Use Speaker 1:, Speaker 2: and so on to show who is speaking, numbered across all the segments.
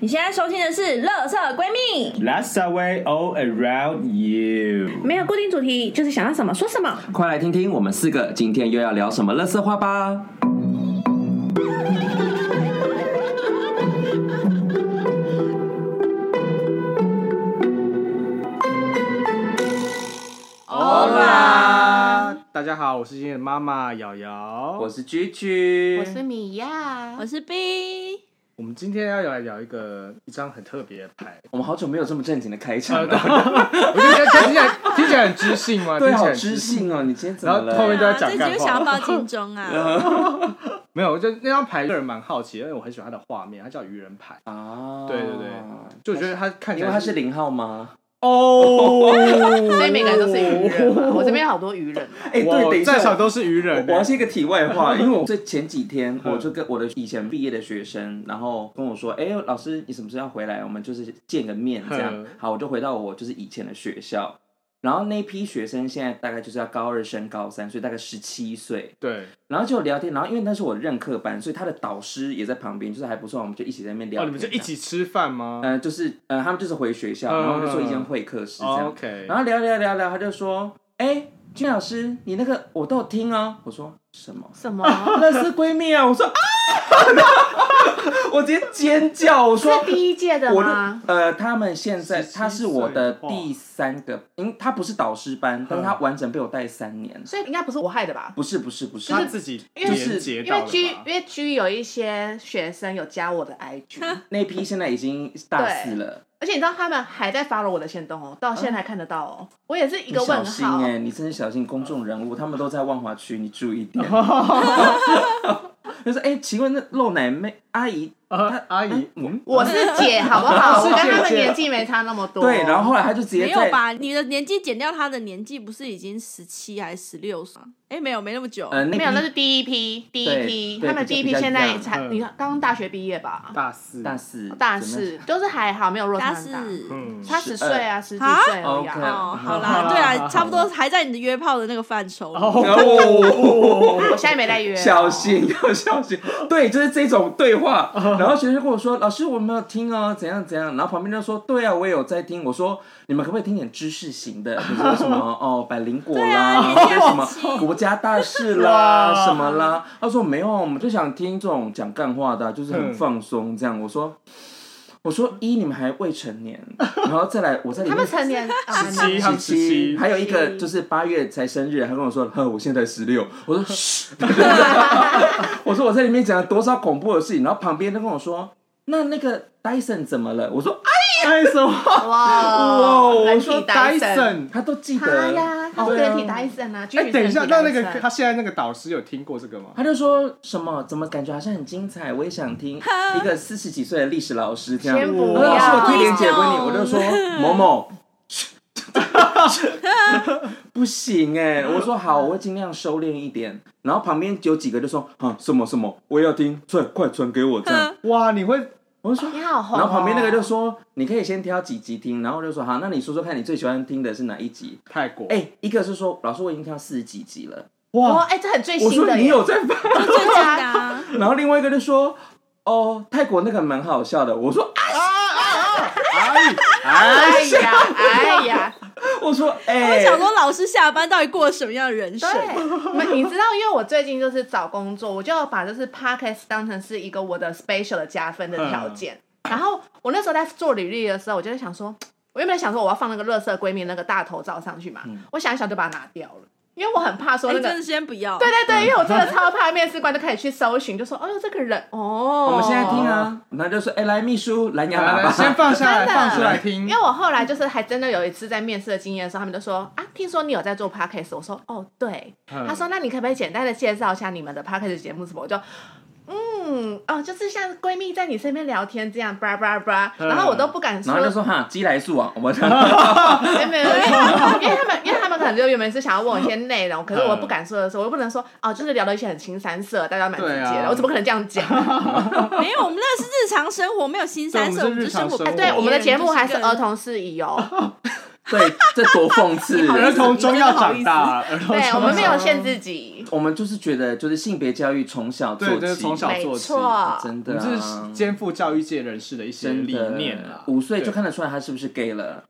Speaker 1: 你现在收听的是《乐色闺蜜》，
Speaker 2: Let's away all around you。
Speaker 1: 没有固定主题，就是想要什么说什么。
Speaker 3: 快来听听我们四个今天又要聊什么乐色话吧！
Speaker 4: Hola，大家好，我是今天的妈妈瑶瑶。
Speaker 3: 我是居居，
Speaker 5: 我是米娅，
Speaker 1: 我是 B，
Speaker 4: 我们今天要来聊一个一张很特别的牌，
Speaker 3: 我们好久没有这么正经的开 场
Speaker 4: 呃
Speaker 3: 了，
Speaker 4: 我觉得听起来听起来很知性嘛，
Speaker 3: 对，
Speaker 4: 听起来
Speaker 3: 好
Speaker 4: 很
Speaker 3: 知。性哦！你今天怎
Speaker 4: 然
Speaker 3: 么
Speaker 4: 后后面
Speaker 3: 了？
Speaker 4: 就要讲
Speaker 6: 这
Speaker 4: 干
Speaker 6: 啊集就想要
Speaker 4: 话。
Speaker 6: 报金钟啊！
Speaker 4: 没有，我就那张牌，个人蛮好奇，因为我很喜欢它的画面，它叫愚人牌，
Speaker 3: 啊，
Speaker 4: 对对对就我觉得它看起
Speaker 3: 因
Speaker 4: 来
Speaker 3: 为他是零号吗？
Speaker 4: 哦，
Speaker 5: 所以每个人都是愚人
Speaker 3: 哦
Speaker 5: 嘛。我这边有好多愚人啊，
Speaker 3: 哎，对，
Speaker 4: 我
Speaker 3: 等一
Speaker 4: 在
Speaker 3: 下，
Speaker 4: 场都是愚人
Speaker 3: 我要是一个题外话， 因为我这前几天
Speaker 4: 嗯
Speaker 3: 我就跟我的以前毕业的学生，然后跟我说，哎、老师你什么时候要回来？我们就是见个面这样
Speaker 4: 嗯。
Speaker 3: 好，我就回到我就是以前的学校。然后那批学生现在大概就是要高二升高三，所以大概十七岁。
Speaker 4: 对，
Speaker 3: 然后就聊天，然后因为那是我任课班，所以他的导师也在旁边，就是还不错，我们就一起在那边聊
Speaker 4: 哦，
Speaker 3: 天。
Speaker 4: 你们就一起吃饭吗？
Speaker 3: 呃，就是呃，他们就是回学校，
Speaker 4: 嗯
Speaker 3: 然后就做一间会客室这
Speaker 4: 哦
Speaker 3: 样。
Speaker 4: OK，
Speaker 3: 然后聊聊聊聊，他就说：“哎、君老师，你那个我都有听哦。”我说：“什么？”
Speaker 5: 什么？
Speaker 3: 那是闺蜜啊！我说啊， 我直接尖叫，我说
Speaker 5: 是。第一届的
Speaker 3: 我就
Speaker 5: 吗？
Speaker 3: 呃，他们现在
Speaker 4: 17
Speaker 3: 他是我的
Speaker 4: 岁哇嗯
Speaker 3: 第三个，因为他不是导师班，但是他完整被我带三年。
Speaker 5: 所以应该不是我害的吧？
Speaker 3: 不是不是不是，
Speaker 4: 他自己
Speaker 5: 因为
Speaker 4: 连接
Speaker 5: 因
Speaker 4: 到
Speaker 5: 为
Speaker 4: 了
Speaker 5: G
Speaker 4: 吧
Speaker 5: 因为 G 有一些学生有加我的 IG，
Speaker 3: 那批现在已经大四了，
Speaker 5: 而且你知道他们还在 follow 我的行动哦，到现在还看得到哦。我也是一
Speaker 3: 一
Speaker 5: 个问
Speaker 3: 小心
Speaker 5: 号
Speaker 3: 哎、，你真是小心公众人物，他们都在万华区，你注意 点。 就说哎、请问那露奶妹阿姨，
Speaker 4: 呃阿姨，嗯，
Speaker 5: 我是姐好 不好？我跟他们年纪没差那么多。
Speaker 3: 对，然后后来他就直接
Speaker 6: 没有
Speaker 3: 在
Speaker 6: 吧？你的年纪减掉他的年纪，不是已经十七还是十六岁？哎，没有，没那么久。
Speaker 3: 呃那
Speaker 5: 没有，那
Speaker 3: 批
Speaker 5: 是第一批，第一批，
Speaker 3: 对
Speaker 5: 他们
Speaker 3: 比较
Speaker 5: 第一
Speaker 3: 比
Speaker 5: 批
Speaker 3: 较
Speaker 5: 现
Speaker 3: 一
Speaker 5: 在
Speaker 3: 样
Speaker 5: 才
Speaker 4: 嗯
Speaker 5: 你看刚大学毕业吧？
Speaker 4: 大四，
Speaker 3: 大四
Speaker 5: 大
Speaker 3: 怎么样
Speaker 5: 四就是还好，没有落差
Speaker 6: 大
Speaker 5: 很
Speaker 6: 四
Speaker 5: 大。
Speaker 4: 嗯，
Speaker 5: 他 十岁啊，十几
Speaker 6: 啊
Speaker 5: 岁而已
Speaker 3: OK
Speaker 5: 啊。
Speaker 6: 哦，好
Speaker 4: 好啦
Speaker 6: 啦，对
Speaker 4: 好啦
Speaker 6: 啊，差不多还在你的约炮的那个范畴 里。
Speaker 4: 哦
Speaker 3: 哦，
Speaker 5: 我现在没在约哦，
Speaker 3: 小心， 要小心。对，就是这种对话。然后学生就跟我说：“老师，我没有听哦，怎样怎样。”然后旁边就说：“对啊，我也有在听。”我说：“你们可不可以听点知识型的？比如说什么哦，百灵果啦，
Speaker 6: 对啊
Speaker 3: 或者什
Speaker 6: 年轻
Speaker 3: 么
Speaker 6: 人
Speaker 3: 国家大事啦，
Speaker 4: 哇
Speaker 3: 什么啦。”他说：“没有，我们就想听这种讲干话的啊，就是很放松这样。”我说。我说一，你们还未成年，然后再来，我在里
Speaker 5: 他
Speaker 3: 面
Speaker 5: 们成年十
Speaker 4: 七他们
Speaker 3: 十
Speaker 4: 17
Speaker 3: 还有一个就是八月才生日，他跟我说，呵，我现在十六，我说， 嘘，我说我在里面讲了多少恐怖的事情，然后旁边都跟我说，那那个 Dyson 怎么了？我说，哎，
Speaker 4: 哎什么？
Speaker 5: 哇，
Speaker 4: 哦，我
Speaker 5: 人
Speaker 4: 说
Speaker 5: 体戴森，
Speaker 4: Dyson，
Speaker 3: 他都记
Speaker 5: 他
Speaker 3: 得，
Speaker 5: 呀，他是
Speaker 3: 对啊
Speaker 6: 哦
Speaker 5: 人体戴森啊，
Speaker 4: 哎、
Speaker 5: 哎
Speaker 4: 等一下，那那个他现在那个导师有听过这个吗？
Speaker 3: 他就说什么，怎么感觉好像很精彩，我也想听一个四十几岁的历史老师这样。
Speaker 5: 先不
Speaker 3: 他说老师，
Speaker 5: 要
Speaker 3: 我推荐姐给你，我就说 某某。 不行哎、我说好，我会尽量收敛一点。然后旁边有几个就说啊什么什么，我也要听，传快传给我这样。
Speaker 4: 哇，你会
Speaker 3: 我就说，
Speaker 5: 你好红哦。
Speaker 3: 然后旁边那个就说你可以先挑几集听，然后我就说好，那你说说看你最喜欢听的是哪一集？
Speaker 4: 泰国？
Speaker 3: 哎、一个是说老师我已经挑四十几集了，
Speaker 5: 哇，
Speaker 4: 哇，
Speaker 5: 哎，这很最
Speaker 3: 我
Speaker 5: 新
Speaker 3: 说
Speaker 5: 的耶，
Speaker 3: 你有在发
Speaker 6: 最近的 啊，
Speaker 3: 然后另外一个就说：“哦，泰国那个蛮好笑的。”我说啊
Speaker 4: 哎
Speaker 5: 哎
Speaker 4: 哎，
Speaker 5: 呀，哎呀，：“
Speaker 3: 我说，哎、
Speaker 6: 我想说老师下班到底过了什么样的人生？
Speaker 5: 对，没你知道，因为我最近就是找工作，我就把就是 podcast 当成是一个我的 special 的加分的条件。
Speaker 3: 嗯
Speaker 5: 然后我那时候在做履历的时候，我就在想说，我原本想说我要放那个乐色闺蜜那个大头照上去嘛，
Speaker 3: 嗯
Speaker 5: 我想一想就把它拿掉了，因为我很怕说
Speaker 6: 哎，
Speaker 5: 那
Speaker 6: 真
Speaker 5: 个。
Speaker 6: 的先不要。
Speaker 5: 对对对，因为我真的超怕面试官就开始去搜寻，就说哦，这个人哦，
Speaker 3: 我们现在听啊。”然后就说：“哎、来秘书，蓝牙
Speaker 4: 来
Speaker 3: 喇
Speaker 4: 来， 先
Speaker 3: 叭。
Speaker 4: 放下来，
Speaker 5: 真的
Speaker 4: 放出来听
Speaker 5: 因为。我后来就是还真的有一次在面试的经验的时候，他们就说啊，听说你有在做 podcast，我说哦对，
Speaker 4: 嗯
Speaker 5: 他说那你可不可以简单的介绍一下你们的 podcast 节目什么？我就嗯哦，就是像闺蜜在你身边聊天这样，叭叭叭，
Speaker 4: 嗯
Speaker 5: 然后我都不敢”说，
Speaker 3: 然后就说：“哈，鸡来素啊， 我们
Speaker 5: 没有没有，因为因为他们因为他们可能就原本是想要问我一些内容，可是我不敢说的时候，我又不能说哦，就是聊到一些很新三色，大家蛮直接
Speaker 4: 对
Speaker 5: 的，
Speaker 4: 啊
Speaker 5: 我怎么可能这样讲？
Speaker 6: 没有，我们那个是日常生活，没有新三色，我
Speaker 4: 对我们
Speaker 6: 们
Speaker 4: 是
Speaker 6: 就生活
Speaker 4: 日常生
Speaker 6: 不
Speaker 4: 活
Speaker 6: 一
Speaker 5: 哎对
Speaker 6: 样。
Speaker 5: 我们的节目还是
Speaker 6: 就
Speaker 5: 儿
Speaker 6: 更
Speaker 5: 童适宜哦。
Speaker 3: 对，这多讽 刺！
Speaker 4: 儿童中要长大，儿童中
Speaker 5: 对
Speaker 4: 要
Speaker 5: 我们没有限自 己，
Speaker 3: 我们就是觉得，就是性别教育从小做
Speaker 4: 对，
Speaker 3: 起，
Speaker 4: 就是从小
Speaker 5: 没
Speaker 4: 做起，
Speaker 5: 错，
Speaker 3: 真的、
Speaker 4: 我
Speaker 3: 啊，
Speaker 4: 们是肩负教育界人士的一些
Speaker 3: 真
Speaker 4: 理
Speaker 3: 的
Speaker 4: 念啊啦。
Speaker 3: 五岁就
Speaker 4: 对
Speaker 3: 看得出来他是不是 gay 了。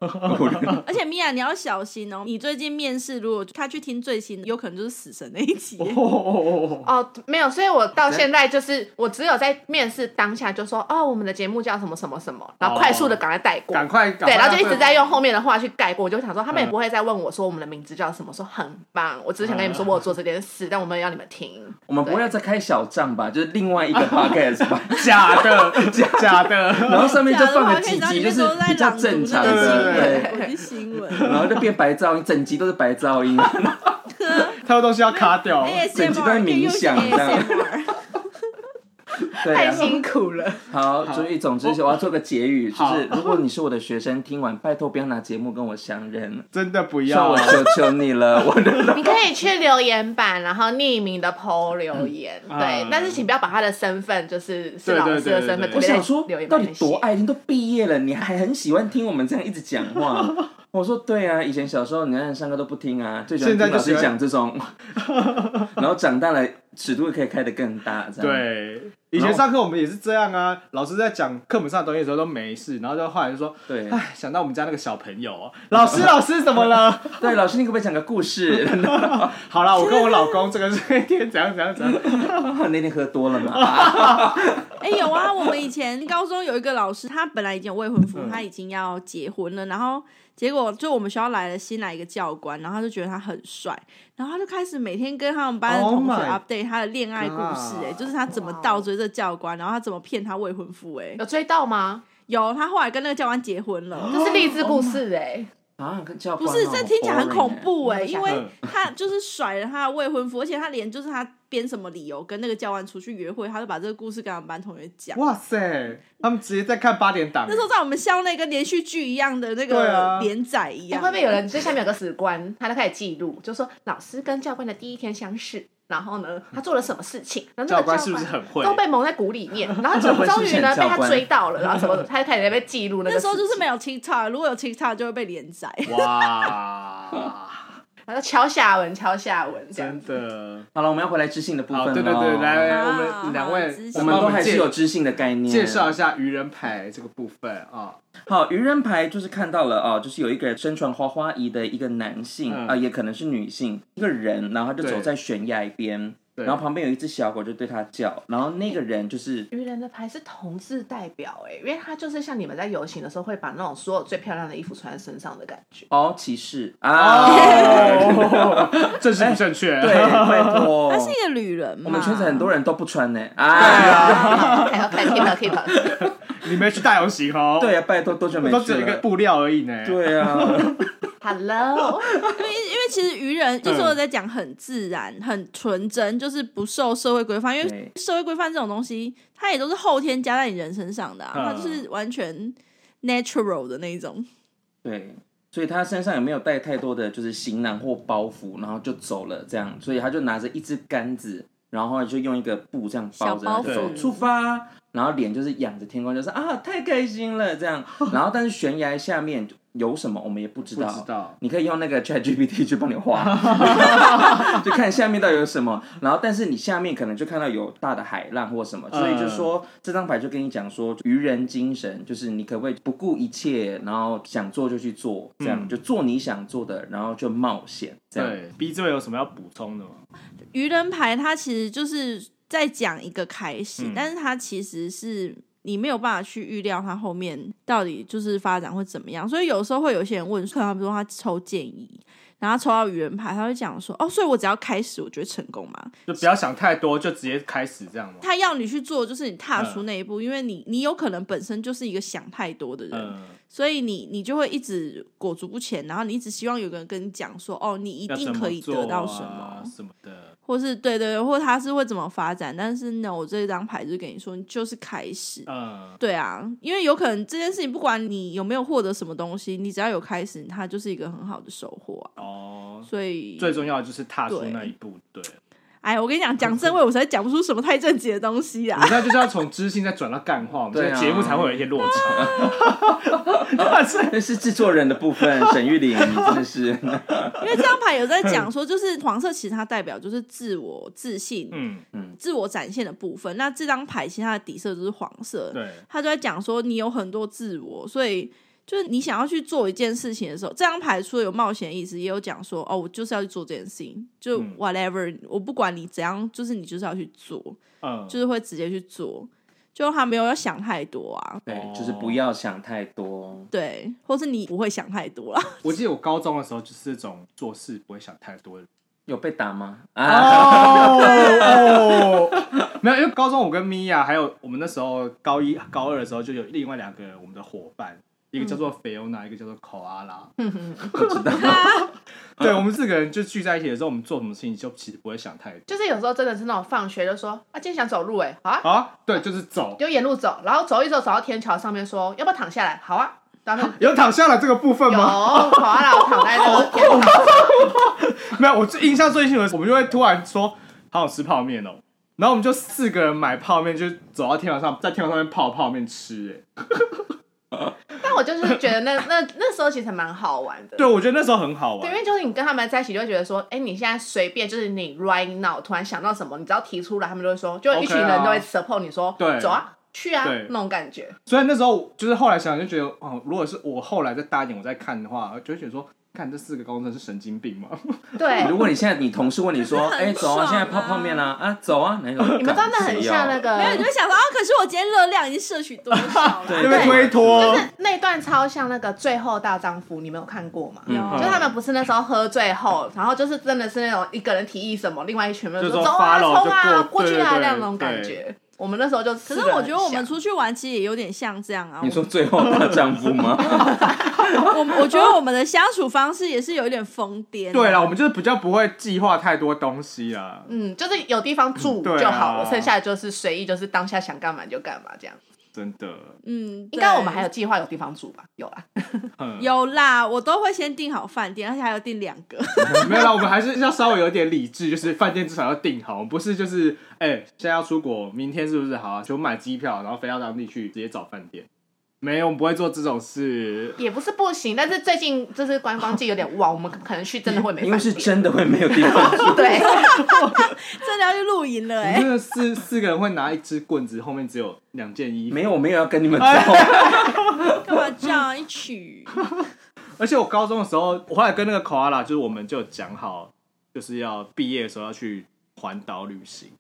Speaker 6: 而且米娅，你要小心哦！你最近面试，如果他去听最新的，有可能就是死神那一集。
Speaker 4: 哦哦哦
Speaker 5: 哦，没有，所以我到现在就是，我只有在面试当下就说，哦，我们的节目叫什么什么什么，然后快速的赶快带
Speaker 4: 哦，
Speaker 5: 过，
Speaker 4: 赶快，赶快
Speaker 5: 对，然后就一直在
Speaker 4: 让
Speaker 5: 用后面的话去盖过。我就想说，他们也
Speaker 4: 嗯
Speaker 5: 不会再问我说我们的名字叫什么，说很棒，我只是想跟你们说
Speaker 4: 嗯
Speaker 5: 我有做这件事，但我没有要你们听。
Speaker 3: 我们不会要再开小账 吧？就是另外一个 podcast 吧，
Speaker 4: 假的，假的，
Speaker 3: 然后上面就放
Speaker 6: 假
Speaker 3: 了
Speaker 6: 的
Speaker 3: 几
Speaker 6: 话可以
Speaker 3: 集，就是比较正常
Speaker 6: 然后里面
Speaker 3: 的，
Speaker 6: 都在朗
Speaker 3: 对。
Speaker 6: 读那个新闻，
Speaker 3: 然后就变白噪音，整集都是白 噪音。
Speaker 4: 太多东西要卡掉。
Speaker 6: 那些
Speaker 3: 整
Speaker 6: 新闻，ASMR，
Speaker 3: 集都在冥想
Speaker 6: 可以用一些
Speaker 3: 这样
Speaker 6: ASMR
Speaker 3: 对
Speaker 5: 太
Speaker 3: 啊，
Speaker 5: 辛苦了，
Speaker 3: 好，所以总之我要做个结语，就
Speaker 4: 好
Speaker 3: 是如果你是我的学生，听完拜托不要拿节目跟我相认，
Speaker 4: 真的不
Speaker 3: 算
Speaker 4: 要
Speaker 3: 我求求你 了，我的
Speaker 5: 你可以去留言板，然后匿名的 PO 留言，
Speaker 4: 嗯
Speaker 5: 对
Speaker 4: 嗯，
Speaker 5: 但是请不要把他的身份就是是
Speaker 4: 对对
Speaker 5: 老师
Speaker 4: 对
Speaker 5: 的
Speaker 4: 对
Speaker 5: 身
Speaker 4: 对
Speaker 5: 份直
Speaker 3: 我
Speaker 5: 接在
Speaker 3: 想说
Speaker 5: 留，言
Speaker 3: 到
Speaker 5: 板
Speaker 3: 底
Speaker 5: 里面
Speaker 3: 多
Speaker 5: 写。
Speaker 3: 爱听？都毕业了，你还很喜欢听我们这样一直讲话。 我说对啊，以前小时候你看上课都不听啊，最喜欢
Speaker 4: 现在
Speaker 3: 听
Speaker 4: 就
Speaker 3: 老师
Speaker 4: 喜欢
Speaker 3: 讲这 种，然后长大了尺度可以开得更大，这样。
Speaker 4: 对，以前上课我们也是这样啊，老师在讲课本上的东西的时候都没事，然后就后来就说，
Speaker 3: 对
Speaker 4: 哎，想到我们家那个小朋友哦，老师老师怎么 了？
Speaker 3: 对，老师你可不可以讲个故 事？
Speaker 4: 好啦，我跟我老公这个是一天怎样怎样怎样，
Speaker 3: 那天喝多了嘛？
Speaker 6: 哎、有啊，我们以前高中有一个老师，他本来已经有未婚
Speaker 3: 嗯
Speaker 6: 夫，他已经要结婚了，然后结果就我们学校来了新来一个教官，然后他就觉得他很帅，然后他就开始每天跟他们班的
Speaker 4: Oh
Speaker 6: 同学
Speaker 4: my
Speaker 6: update 他的恋爱故事、哎，
Speaker 4: God
Speaker 6: 就是他怎么倒追这教官，然后他怎么骗他未婚夫、哎，
Speaker 5: 有追到吗？
Speaker 6: 有，他后来跟那个教官结婚了。
Speaker 5: 这是励志故事哎、
Speaker 6: 哦
Speaker 3: 啊，跟教官
Speaker 6: 不
Speaker 3: 哦
Speaker 6: 是，这听起来很恐。怖哎、
Speaker 5: boring 欸
Speaker 6: 因为他就是甩了他的未婚夫，而且他连就是他编什么理由跟那个教官出去约会，他就把这个故事跟他们班同学讲。
Speaker 4: 哇塞，他们直接在看八点档
Speaker 6: 那，时候在我们校内跟连续剧一样的那
Speaker 4: 对
Speaker 6: 个
Speaker 4: 啊
Speaker 6: 连载一
Speaker 5: 欸
Speaker 6: 样，
Speaker 5: 会不会有人就下面有个史官，他就开始记录，就说老师跟教官的第一天相识，然后呢，他做了什么事情，然后
Speaker 4: 教
Speaker 5: 那个
Speaker 4: 官是不是很会
Speaker 5: 都被蒙在鼓里 面，然后终
Speaker 3: 教官是不
Speaker 5: 于呢
Speaker 3: 是很
Speaker 5: 被
Speaker 3: 教
Speaker 5: 他
Speaker 3: 官
Speaker 5: 追到了，然后什么，他就开始在那边记录那个
Speaker 6: 那
Speaker 5: 事
Speaker 6: 时
Speaker 5: 情。
Speaker 6: 候就是没有 TikTok，如果有 TikTok 就会被连载。
Speaker 4: 哇，
Speaker 5: 然后敲下文，敲下文这样
Speaker 4: 真
Speaker 5: 子。
Speaker 4: 的，
Speaker 3: 好了，我们要回来知性的部分
Speaker 4: 好，
Speaker 3: 了。
Speaker 4: 对对对，来，
Speaker 6: 啊好
Speaker 4: 我们两位
Speaker 6: 好，
Speaker 3: 我们
Speaker 4: 帮
Speaker 3: 都
Speaker 4: 我
Speaker 3: 还是
Speaker 4: 介
Speaker 3: 有知性的概念。
Speaker 4: 介绍一下愚人牌这个部分啊，
Speaker 3: 好，愚人牌就是看到了哦，就是有一个身穿花花衣的一个男性啊、
Speaker 4: 嗯
Speaker 3: 也可能是女性，一个人，然后他就
Speaker 4: 对
Speaker 3: 走在悬崖边，
Speaker 4: 对
Speaker 3: 然后旁边有一只小狗就对他叫，然后那个人就是
Speaker 5: 愚人的牌是同志代表哎、因为他就是像你们在游行的时候会把那种所有最漂亮的衣服穿在身上的感觉。
Speaker 3: 哦骑士啊，
Speaker 4: 哦 正是不正 确，
Speaker 3: 对，拜托
Speaker 6: 他，是一个旅人嘛，
Speaker 3: 我们圈子很多人都不穿呢、啊，
Speaker 5: 还要看 keep keep，
Speaker 4: 你没去大游行哦，
Speaker 3: 对，啊，拜托多久没
Speaker 4: 都
Speaker 3: 去
Speaker 4: 只有一个
Speaker 3: 了？
Speaker 4: 布料而已呢，
Speaker 3: 对啊，
Speaker 5: hello，
Speaker 6: 因为因为其实愚人就是我在讲很自然、很纯真，就是不受社会规范，因为
Speaker 3: 对
Speaker 6: 社会规范这种东西，它也都是后天加在你人身上的、啊，它
Speaker 4: 嗯
Speaker 6: 就是完全 natural 的那一种。
Speaker 3: 对，所以他身上也没有带太多的就是行囊或包袱，然后就走了这样，所以他就拿着一只杆子，然后就用一个布这样包着，
Speaker 6: 小包
Speaker 3: 他就说
Speaker 6: 袱
Speaker 3: 出发，然后脸就是仰着天空，就是啊太开心了这 样，然后但是悬崖下面有什么我们也不知
Speaker 4: 不
Speaker 3: 道，
Speaker 4: 知道，
Speaker 3: 你可以用那个 ChatGPT 去帮你 画，就看下面到底有什么。然后，但是你下面可能就看到有大的海浪或什么，
Speaker 4: 嗯
Speaker 3: 所以就说、这张牌就跟你讲说，愚人精神就是你可不可以不顾一切，然后想做就去做，这样、
Speaker 4: 嗯
Speaker 3: 就做你想做的，然后就冒险这样。
Speaker 4: 对，B 这位有什么要补充的吗？
Speaker 6: 愚人牌它其实就是在讲一个开始，
Speaker 4: 嗯
Speaker 6: 但是它其实是你没有办法去预料它后面到底就是发展会怎么样，所以有时候会有些人问，可能比如说他抽建议，然后抽到愚人牌，他会讲说哦，所以我只要开始，我就会成功嘛。
Speaker 4: 就不要想太多，就直接开始这样吗？
Speaker 6: 他要你去做，就是你踏
Speaker 4: 嗯
Speaker 6: 出那一步，因为你你有可能本身就是一个想太多的人，
Speaker 4: 嗯，
Speaker 6: 所以你你就会一直裹足不前，然后你一直希望有个人跟你讲说，哦，你一
Speaker 4: 要
Speaker 6: 定
Speaker 4: 怎么
Speaker 6: 可以
Speaker 4: 做
Speaker 6: 得到
Speaker 4: 啊
Speaker 6: 什么，
Speaker 4: 什么的，
Speaker 6: 或是对对对，或他是会怎么发展，但是呢，我这张牌就跟你说，你就是开始。
Speaker 4: 嗯，
Speaker 6: 对啊，因为有可能这件事情，不管你有没有获得什么东西，你只要有开始，它就是一个很好的收获啊、
Speaker 4: 哦，
Speaker 6: 所以
Speaker 4: 最重要的就是踏出
Speaker 6: 对
Speaker 4: 那一步，对，
Speaker 6: 哎，我跟你讲，讲正位我实在讲不出什么太正经的东西啊
Speaker 4: 你。现在就是要从知性再转到干话，我们这
Speaker 3: 对啊
Speaker 4: 个节目才会有一些落差。 哇塞
Speaker 3: 那是制作人的部分，沈玉 玲真的是，
Speaker 6: 因为这张牌有在讲说，就是黄色其实它代表就是自我、自信、
Speaker 4: 嗯，
Speaker 6: 自我展现的部分。那这张牌其实它的底色就是黄色，
Speaker 4: 对，
Speaker 6: 他就在讲说你有很多自我，所以就是你想要去做一件事情的时候，这张牌除了有冒险意思，也有讲说哦，我就是要去做这件事情，就 whatever，、我不管你怎样，就是你就是要去做，
Speaker 4: 嗯，
Speaker 6: 就是会直接去做，就他没有要想太多啊，
Speaker 4: 哦
Speaker 3: 对，就是不要想太多。
Speaker 6: 对，或是你不会想太多啦。
Speaker 4: 我记得我高中的时候就是这种做事不会想太多的。
Speaker 3: 有被打吗？
Speaker 4: 哦
Speaker 3: 啊，
Speaker 4: 哦， 没有，因为高中我跟米娅还有我们那时候高一高二的时候就有另外两个我们的伙伴，一个叫做菲欧娜，一个叫做考阿拉。对，我们四个人就聚在一起的时候，我们做什么事情就其实不会想太多。
Speaker 5: 就是有时候真的是那种放学就说啊，今天想走路哎、好啊，
Speaker 4: 好啊，对，就是走，
Speaker 5: 就沿路走，然后走一走，走到天桥上面说要不要躺下来？好啊，然后
Speaker 4: 有躺下了这个部分
Speaker 5: 有
Speaker 4: 吗？
Speaker 5: 跑啊，然后躺在那个天桥，
Speaker 4: 没有，我最印象最深的是，我们就会突然说好想吃泡面哦，然后我们就四个人买泡面，就走到天桥上，在天桥上面泡泡面吃、哎，
Speaker 5: 但我就是觉得那那那时候其实蛮好玩的。
Speaker 4: 对，我觉得那时候很好
Speaker 5: 对，
Speaker 4: 玩
Speaker 5: 因。为就是你跟他们在一起，就会觉得说，哎、你现在随便就是你 right now 突然想到什么，你只要提出来，他们就会说，就一群
Speaker 4: OK 啊
Speaker 5: 人都会 support 你说，
Speaker 4: 对
Speaker 5: 走啊，去啊
Speaker 4: 对，
Speaker 5: 那种感觉。
Speaker 4: 所以那时候就是后来想，就觉得哦，如果是我后来再大一点，我再看的话，就会觉得说，看这四个高中生是神经病吗？
Speaker 5: 对，
Speaker 3: 如果你现在你同事问你说，
Speaker 6: 很
Speaker 3: 哎，走啊，
Speaker 6: 爽
Speaker 3: 现在泡泡面啦，啊，走啊，哪种？
Speaker 5: 你们真的很像那
Speaker 6: 没有，你就，
Speaker 5: 个
Speaker 6: 会想说啊，可是我今天热量已经摄取多少了？
Speaker 3: 对
Speaker 4: 因为推脱，
Speaker 5: 那段超像那个《最后大丈夫》，你们有看过吗？
Speaker 3: 嗯
Speaker 5: 就他们不是那时候喝醉后，然后就是真的是那种一个人提议什么，另外一群人
Speaker 4: 就说
Speaker 5: 走啊
Speaker 4: follow
Speaker 5: 冲啊
Speaker 4: 就过
Speaker 5: 过去
Speaker 4: 对
Speaker 5: 啊
Speaker 4: 对对
Speaker 5: 那种感觉。我们那时候就可
Speaker 6: 可是我觉得我们出去玩其实也有点像这样啊。
Speaker 3: 你说最后大丈夫吗？
Speaker 6: 我们我觉得我们的相处方式也是有一点疯癫啊。
Speaker 4: 对啦，我们就是比较不会计划太多东西啊啦。
Speaker 5: 嗯，就是有地方住
Speaker 4: 对啊
Speaker 5: 就好，了，剩下的就是随意，就是当下想干嘛就干嘛这样。
Speaker 4: 真的，
Speaker 6: 嗯，
Speaker 5: 应该我们
Speaker 6: 对
Speaker 5: 还有计划有地方住吧？有啊，
Speaker 4: 嗯，
Speaker 6: 有啦，我都会先订好饭店，而且还有订两个。
Speaker 4: 没有啦，我们还是要稍微有点理智，就是饭店至少要订好，我们不是就是哎、现在要出国，明天是不是好啊？就买机票，然后飞到当地去，直接找饭店。没有，我们不会做这种事。
Speaker 5: 也不是不行，但是最近就是观光季有点旺，我们可能去 真的会没
Speaker 3: 因为
Speaker 5: 饭
Speaker 3: 是
Speaker 5: 店。
Speaker 3: 真的会没有地方住。
Speaker 5: 对，
Speaker 6: 真的要去露营了
Speaker 4: 我
Speaker 6: 哎、
Speaker 4: 们真的四四个人会拿一支棍子，后面只有两件衣 服。
Speaker 3: 没有，我没有要跟你们
Speaker 4: 哎
Speaker 3: 走。
Speaker 6: 干嘛这样一起？
Speaker 4: 而且我高中的时候，我后来跟那个 k o a l a 就是我们就讲好，就是要毕业的时候要去环岛旅行。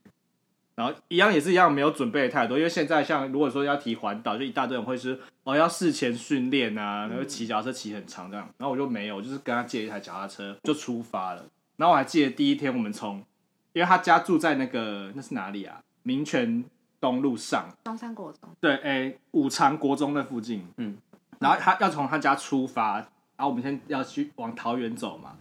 Speaker 4: 然后一样也是一样，没有准备太多，因为现在像如果说要提环岛，就一大堆人会是哦要事前训练啊，然后骑脚踏车骑很长这样。然后我就没有，我就是跟他借一台脚踏车就出发了。然后我还记得第一天我们从，因为他家住在那个那是哪里啊？民权东路上，
Speaker 5: 中山国中，
Speaker 4: 对，哎、五常国中那附近，嗯
Speaker 3: 嗯，
Speaker 4: 然后他要从他家出发，然后我们先要去往桃园走嘛，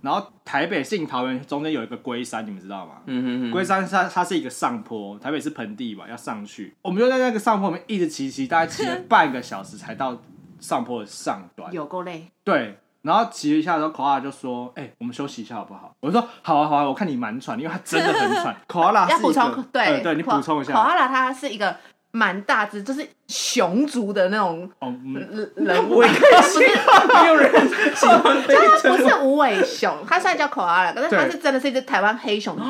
Speaker 4: 然后台北进桃园中间有一个龟山，你们知道吗？
Speaker 3: 嗯嗯
Speaker 4: 龟山它它是一个上坡，台北是盆地嘛，要上去，我们就在那个上坡，我们一直骑骑，大概骑 了半个小时才到上坡的上端，
Speaker 5: 有够累，
Speaker 4: 对。然后骑一下的时候，口拉就说：“哎、我们休息一下好不好？”我说：“好啊，好啊，我看你蛮喘，因为他真的很 喘。”口拉
Speaker 5: 要补充对、
Speaker 4: 呃、对你补充一
Speaker 5: 考
Speaker 4: 下
Speaker 5: 阿拉他是一个蛮大只，就是熊族的那种
Speaker 4: 哦，嗯
Speaker 5: 人人物，
Speaker 3: 我也 开心，没有人喜欢被
Speaker 5: 它不
Speaker 3: 称
Speaker 5: 是无尾熊，它虽然叫考阿拉，可是它
Speaker 4: 对
Speaker 5: 是真的是一只台湾黑熊。对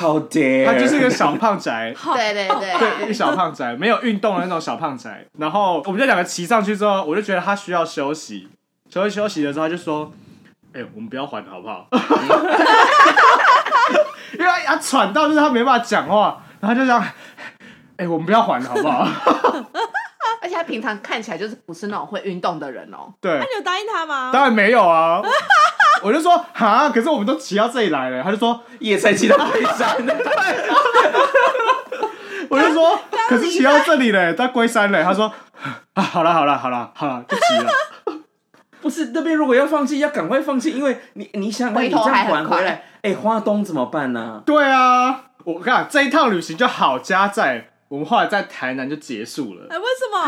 Speaker 3: 好 dare，
Speaker 4: 他就是个小胖宅，
Speaker 5: 对对
Speaker 4: 对，一个小胖仔，没有运动的那种小胖仔。然后我们就两个骑上去之后，我就觉得他需要休息。休息休息的时候，他就说：“哎、我们不要缓好不好？” 因为他喘到就是他没办法讲话，然后他就这样：“哎、我们不要缓好不好
Speaker 5: 而且它平常看起来就是不是那种会运动的人哦、？”
Speaker 4: 对
Speaker 6: 那，你有答应他吗？
Speaker 4: 当然没有啊。我就说：“哈，可是我们都骑到这里来了。”他就说
Speaker 3: 也才骑到龟山的。：“
Speaker 4: 我就说，可是骑到这里了，到龟山了。”他说：“ 啊，好了好了好了好了，就骑了。”
Speaker 3: 不是那边如果要放弃，要赶快放弃，因为你你想想看，
Speaker 5: 回
Speaker 3: 你
Speaker 5: 头
Speaker 3: 这
Speaker 5: 还
Speaker 3: 样
Speaker 5: 很
Speaker 3: 还回
Speaker 5: 快
Speaker 3: 来，哎，花东怎么办呢？
Speaker 4: 对啊，我看这一趟旅行就好加在，我们后来在台南就结束了，
Speaker 6: 哎，为什么？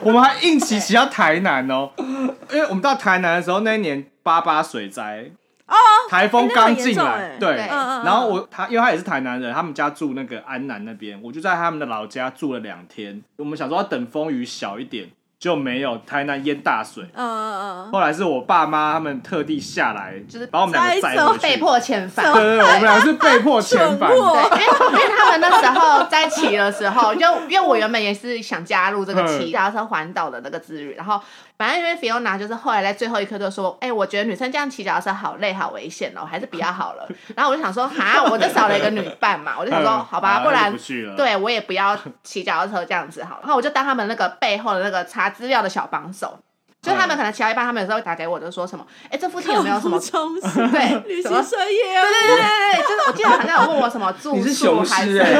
Speaker 4: 我们还硬骑骑到台南哦，因为我们到台南的时候那一年八八水灾，
Speaker 6: 哦，
Speaker 4: 台
Speaker 6: 哎
Speaker 4: 风
Speaker 6: 那个
Speaker 4: 刚
Speaker 6: 很严
Speaker 4: 进
Speaker 6: 重
Speaker 4: 来，
Speaker 6: 哎
Speaker 4: 对，
Speaker 5: 对
Speaker 6: 嗯嗯，
Speaker 4: 然后我他因为他也是台南人，他们家住那个安南那边，我就在他们的老家住了两天。我们想说要等风雨小一点，就没有台南淹大水。
Speaker 6: 嗯嗯嗯嗯，
Speaker 4: 后来是我爸妈他们特地下来，
Speaker 5: 就是
Speaker 4: 把我们两个
Speaker 6: 摘
Speaker 4: 载
Speaker 6: 走
Speaker 4: 回去。
Speaker 5: 被迫遣返。
Speaker 4: 对对对，我们俩是被迫遣返
Speaker 6: 蠢。
Speaker 3: 哦
Speaker 6: 货
Speaker 5: 对，因为因为他们那时候在骑的时 候，就因为我原本也是想加入这
Speaker 3: 嗯
Speaker 5: 个骑脚踏车环岛的那个之旅，然后反正因为 Fiona 就是后来在最后一刻就说，哎、我觉得女生这样骑脚踏车好累好危险哦，还是比较好 了。然后我就想说，哈，我就少了一个女伴嘛，我就想说，
Speaker 4: 嗯
Speaker 5: 好
Speaker 3: 哎
Speaker 5: 吧，
Speaker 4: 啊
Speaker 5: 不
Speaker 4: 那就
Speaker 5: 然
Speaker 4: 不去了。
Speaker 5: 对我也不要骑脚踏车这样子好了。然后我就当他们那个背后的那个查资料的小帮手。
Speaker 3: 嗯
Speaker 5: 就是他们可能骑到一半，他们有时候会打给我，就说什么：“哎、这附近有没 有什 么
Speaker 6: 充实？
Speaker 5: 对
Speaker 6: 旅
Speaker 5: 什
Speaker 6: 行
Speaker 5: 么
Speaker 6: 社业啊
Speaker 5: 对对对对，对，就是我记得好像有问我什么住
Speaker 3: 你是
Speaker 5: 宿
Speaker 3: 雄
Speaker 5: 还
Speaker 3: 狮
Speaker 5: 是
Speaker 3: 哎、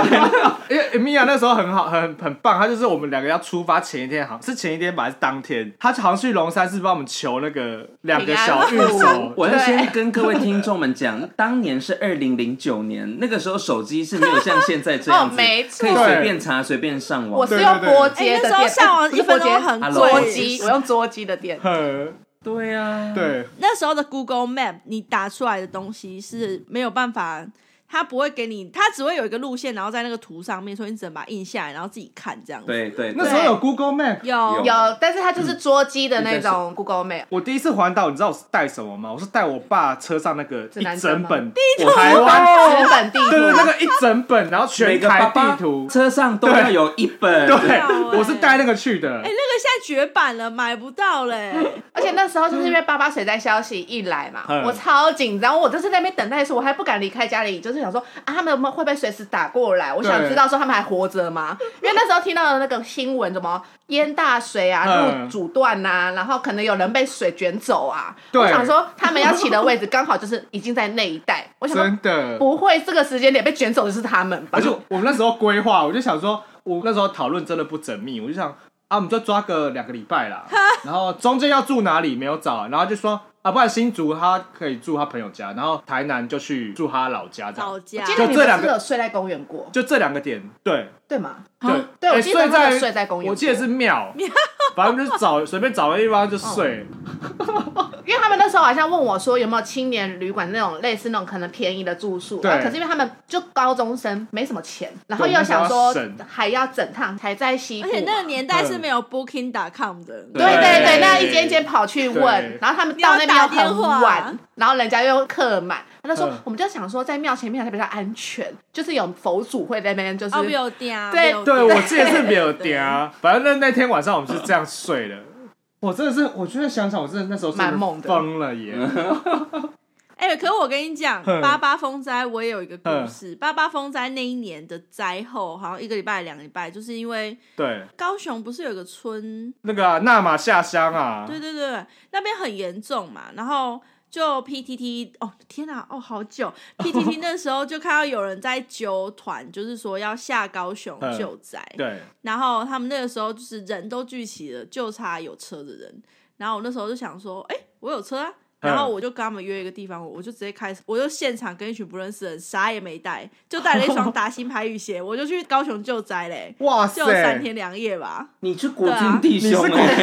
Speaker 4: 因为米娅那时候很好，很很棒。她就是我们两个要出发前一天，好像是前一天吧，还是当天，她好像去龙山寺帮我们求那个两个小玉
Speaker 5: 平安符
Speaker 4: 手。
Speaker 3: 我要
Speaker 5: 对
Speaker 3: 先跟各位听众们 讲，当年是二零零九年，那个时候手机是没有像现在这样子，
Speaker 5: 哦没错
Speaker 3: 可以随便查、随便上
Speaker 5: 我
Speaker 3: 网。
Speaker 5: 是用拨接
Speaker 6: 哎
Speaker 5: 的
Speaker 6: 那
Speaker 5: 电，
Speaker 6: 时候上网
Speaker 5: 不是
Speaker 6: 一分
Speaker 5: 拨接
Speaker 6: 钟很
Speaker 3: 贵
Speaker 5: 捉机，我用捉机的电。
Speaker 4: 嗯，
Speaker 3: 对啊，，
Speaker 5: 嗯
Speaker 4: 对，
Speaker 6: 那时候的 Google Map，你打出来的东西是没有办法，它不会给你，它只会有一个路线，然后在那个图上面，所以你只能把它印下来，然后自己看这样子。，
Speaker 3: 对对
Speaker 4: 那
Speaker 3: 对，
Speaker 4: 时候有 Google Map。
Speaker 6: 有
Speaker 5: 有，但是它嗯就是捉机的那种 Google Map，
Speaker 4: 我第一次环岛，你知道我是带什么吗？我是带我爸车上那个
Speaker 5: 指南
Speaker 4: 一
Speaker 5: 针
Speaker 4: 整
Speaker 5: 吗啊
Speaker 4: 本台
Speaker 5: 哦
Speaker 4: 湾，
Speaker 5: 日本地
Speaker 4: 对对，那
Speaker 5: 图。
Speaker 4: 个一整本，然后
Speaker 3: 每
Speaker 4: 全
Speaker 3: 个
Speaker 4: 台
Speaker 3: 爸
Speaker 4: 地
Speaker 3: 爸
Speaker 4: 图。
Speaker 3: 车上都要有一本。
Speaker 4: 对，
Speaker 5: 哦
Speaker 6: 欸
Speaker 4: 我是带那个去的
Speaker 6: 哎、那。个现在绝版了，买不到 嘞、
Speaker 5: 而且那时候就是因为八八水灾消息一来嘛
Speaker 4: 嗯，
Speaker 5: 我超紧张，我就是在那边等待的时候，我还不敢离开家里，就是想说啊，他们有没有会不会随时打过来？我想
Speaker 4: 对
Speaker 5: 知道说他们还活着吗？因为那时候听到的那个新闻，什么淹大水啊，
Speaker 4: 嗯
Speaker 5: 路阻断呐，然后可能有人被水卷走啊。
Speaker 4: 对
Speaker 5: 我想说他们要骑的位置刚好就是已经在那一带，我想说
Speaker 4: 真 的，
Speaker 5: 不会这个时间点被卷走的是他们吧？
Speaker 4: 而且我们那时候规划，我就想说，我那时候讨论真的不缜密，我就想啊，我们就抓个两个礼拜 啦，然后中间要住哪里没有找，然后就说啊，不然新竹他可以住他朋友家，然后台南就去住他老家这样，
Speaker 6: 老家
Speaker 5: 记得你
Speaker 4: 就这
Speaker 5: 们
Speaker 4: 两
Speaker 5: 是
Speaker 4: 个
Speaker 5: 有睡在公园过，
Speaker 4: 就这两个点，对
Speaker 5: 对吗？
Speaker 4: 对
Speaker 5: 哦对我
Speaker 4: 哎
Speaker 5: 记得
Speaker 4: 睡
Speaker 5: 他们有
Speaker 4: 在
Speaker 5: 睡在公园过，
Speaker 4: 我记得是 庙，反正就是找随便找个地方就睡，
Speaker 5: 哦因为他们那时候好像问我说有没有青年旅馆那种类似那种可能便宜的住宿，
Speaker 4: 对
Speaker 5: 然后可是因为他们就高中生没什么钱，然后
Speaker 4: 对
Speaker 5: 又想
Speaker 4: 那
Speaker 5: 说
Speaker 4: 时候要省
Speaker 5: 还要整趟才在西
Speaker 6: 而
Speaker 5: 部嘛，
Speaker 6: 且那个年代是没有 Booking.com 的，
Speaker 5: 对对
Speaker 4: 嗯对
Speaker 5: 对，那一间一间跑去
Speaker 4: 对
Speaker 5: 问，然后他们到那边又
Speaker 6: 你要打电
Speaker 5: 很
Speaker 6: 话
Speaker 5: 晚，然后人家又客满，他就说
Speaker 4: 嗯
Speaker 5: 我们就想说在庙前面才比较安全，就是有佛祖会在那边就是
Speaker 6: 哦，没有店，
Speaker 5: 对
Speaker 6: 没有
Speaker 4: 对
Speaker 6: 订
Speaker 4: 我记得是没有点啊，反正那那天晚上我们是这样睡的。我真的是，我觉得想想，我真的那时候真
Speaker 5: 蛮猛的
Speaker 4: 疯了耶！
Speaker 6: 哎、可是我跟你讲，
Speaker 4: 哼
Speaker 6: 八八风灾我也有一个故
Speaker 4: 嗯
Speaker 6: 事。八八风灾那一年的灾后，好像一个礼拜、两个礼拜，就是因为
Speaker 4: 对，
Speaker 6: 高雄不是有个村，
Speaker 4: 那个啊纳、马下乡啊，
Speaker 6: 对对对，那边很严重嘛，然后。就 PTT 哦天哪哦好 久 PTT 那时候就看到有人在揪团，就是说要下高雄
Speaker 4: 嗯
Speaker 6: 救灾，
Speaker 4: 对，
Speaker 6: 然后他们那个时候就是人都聚齐了，就差有车的人。然后我那时候就想说，哎、我有车啊。
Speaker 4: 嗯
Speaker 6: 然后我就跟他们约一个地方，我我就直接开始，我就现场跟一群不认识的人，啥也没带，就带了一 双打新牌雨鞋，我就去高雄救灾嘞，
Speaker 4: 哇
Speaker 6: 救了
Speaker 4: 塞
Speaker 6: 三，天两夜吧。
Speaker 3: 你去国军弟兄
Speaker 4: 对
Speaker 3: 哎、
Speaker 4: 啊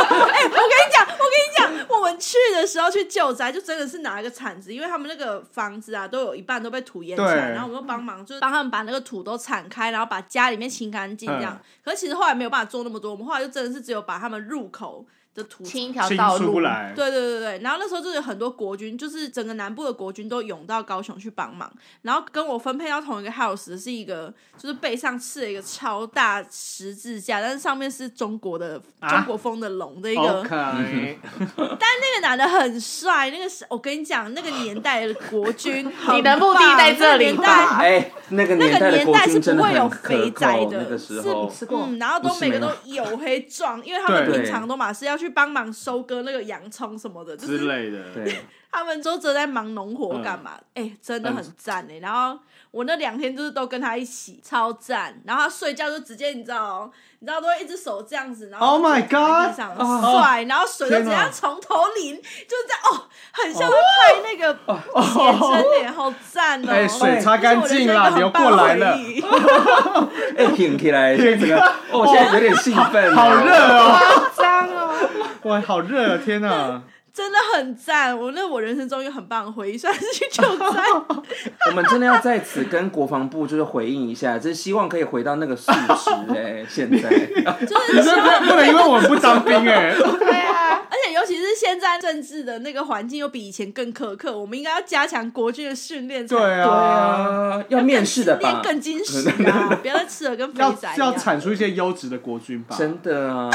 Speaker 6: 我跟你讲，我跟你 讲，我们去的时候去救灾，就真的是拿一个铲子，因为他们那个房子啊，都有一半都被土淹起来，
Speaker 4: 对
Speaker 6: 然后我们就帮忙，就是帮他们把那个土都铲开，然后把家里面清干净这样。
Speaker 4: 嗯
Speaker 6: 可是其实后来没有办法做那么多，我们后来就真的是只有把他们入口的土
Speaker 5: 清一 条
Speaker 4: 清
Speaker 5: 道
Speaker 4: 出不
Speaker 5: 路，
Speaker 4: 来，
Speaker 6: 对对对对，然后那时候就是很多国军，就是整个南部的国军都涌到高雄去帮忙。然后跟我分配到同一个 house 的是一个，就是背上刺了一个超大十字架，但是上面是中国的、
Speaker 4: 啊
Speaker 6: 中国风的龙的一个。
Speaker 4: OK，
Speaker 6: 那个男的很帅，那个是我跟你讲，那个年代的国 军很棒，
Speaker 5: 你能不地在这
Speaker 6: 那个
Speaker 5: 里
Speaker 6: 年
Speaker 5: 吗
Speaker 6: 代
Speaker 3: 哎那个
Speaker 6: 那
Speaker 3: 年
Speaker 6: 个
Speaker 3: 代的
Speaker 6: 年
Speaker 3: 国
Speaker 6: 代是
Speaker 3: 军真
Speaker 6: 不
Speaker 3: 的
Speaker 6: 会有
Speaker 3: 很可
Speaker 6: 肥宅
Speaker 3: 口，
Speaker 6: 的，
Speaker 3: 那个时候
Speaker 5: 吃过
Speaker 6: 嗯，然后都
Speaker 3: 不是
Speaker 6: 每个
Speaker 3: 没
Speaker 6: 都黝黑壮，因为他们
Speaker 4: 对
Speaker 6: 平常都嘛是要去帮忙收割那个洋葱什么的， 就
Speaker 4: 之
Speaker 6: 是
Speaker 4: 类的，
Speaker 3: 对，
Speaker 6: 他们周折在忙农活干嘛？哎、
Speaker 4: 嗯
Speaker 6: 真的很赞哎、然后我那两天就是都跟他一起，超赞。然后他睡觉就直接你知道、哦，你知道都会一只手这样子，然后
Speaker 4: Oh my
Speaker 6: 躺在地
Speaker 4: God！
Speaker 6: 上
Speaker 4: 啊
Speaker 6: 帅，然后水都直
Speaker 4: 天
Speaker 6: 接
Speaker 4: 哪
Speaker 6: 从头淋，就是在哦，很像在拍那个写真脸，好赞哦！
Speaker 4: 哦哎水擦干
Speaker 6: 这是我人生一
Speaker 4: 净啦
Speaker 6: 个很棒
Speaker 4: 流过来了
Speaker 6: 的回忆
Speaker 3: 哎、挺起 来，现在整个，哦，我现在有点兴奋，啊
Speaker 4: 好热，哦，
Speaker 5: 夸张哦。
Speaker 4: 哇，好热啊，天哪！
Speaker 6: 真的很赞，我那我人生中有很棒的回忆，虽然是去救灾，
Speaker 3: 我们真的要在此跟国防部就是回应一下，就是希望可以回到那个素质 哎、现在
Speaker 6: 就是
Speaker 4: 你说不能不能因为我们不当兵 哎、
Speaker 5: 对啊，
Speaker 6: 而且尤其是现在政治的那个环境又比以前更苛刻，我们应该要加强国军的训练才，
Speaker 4: 对
Speaker 3: 对
Speaker 4: 啊，
Speaker 3: 啊，要面试的吧
Speaker 6: 练？更精实 啊，不要再吃了跟肥
Speaker 4: 要
Speaker 6: 仔一
Speaker 4: 要
Speaker 6: 样。
Speaker 4: 产出一些优质的国军吧，
Speaker 3: 真的 啊，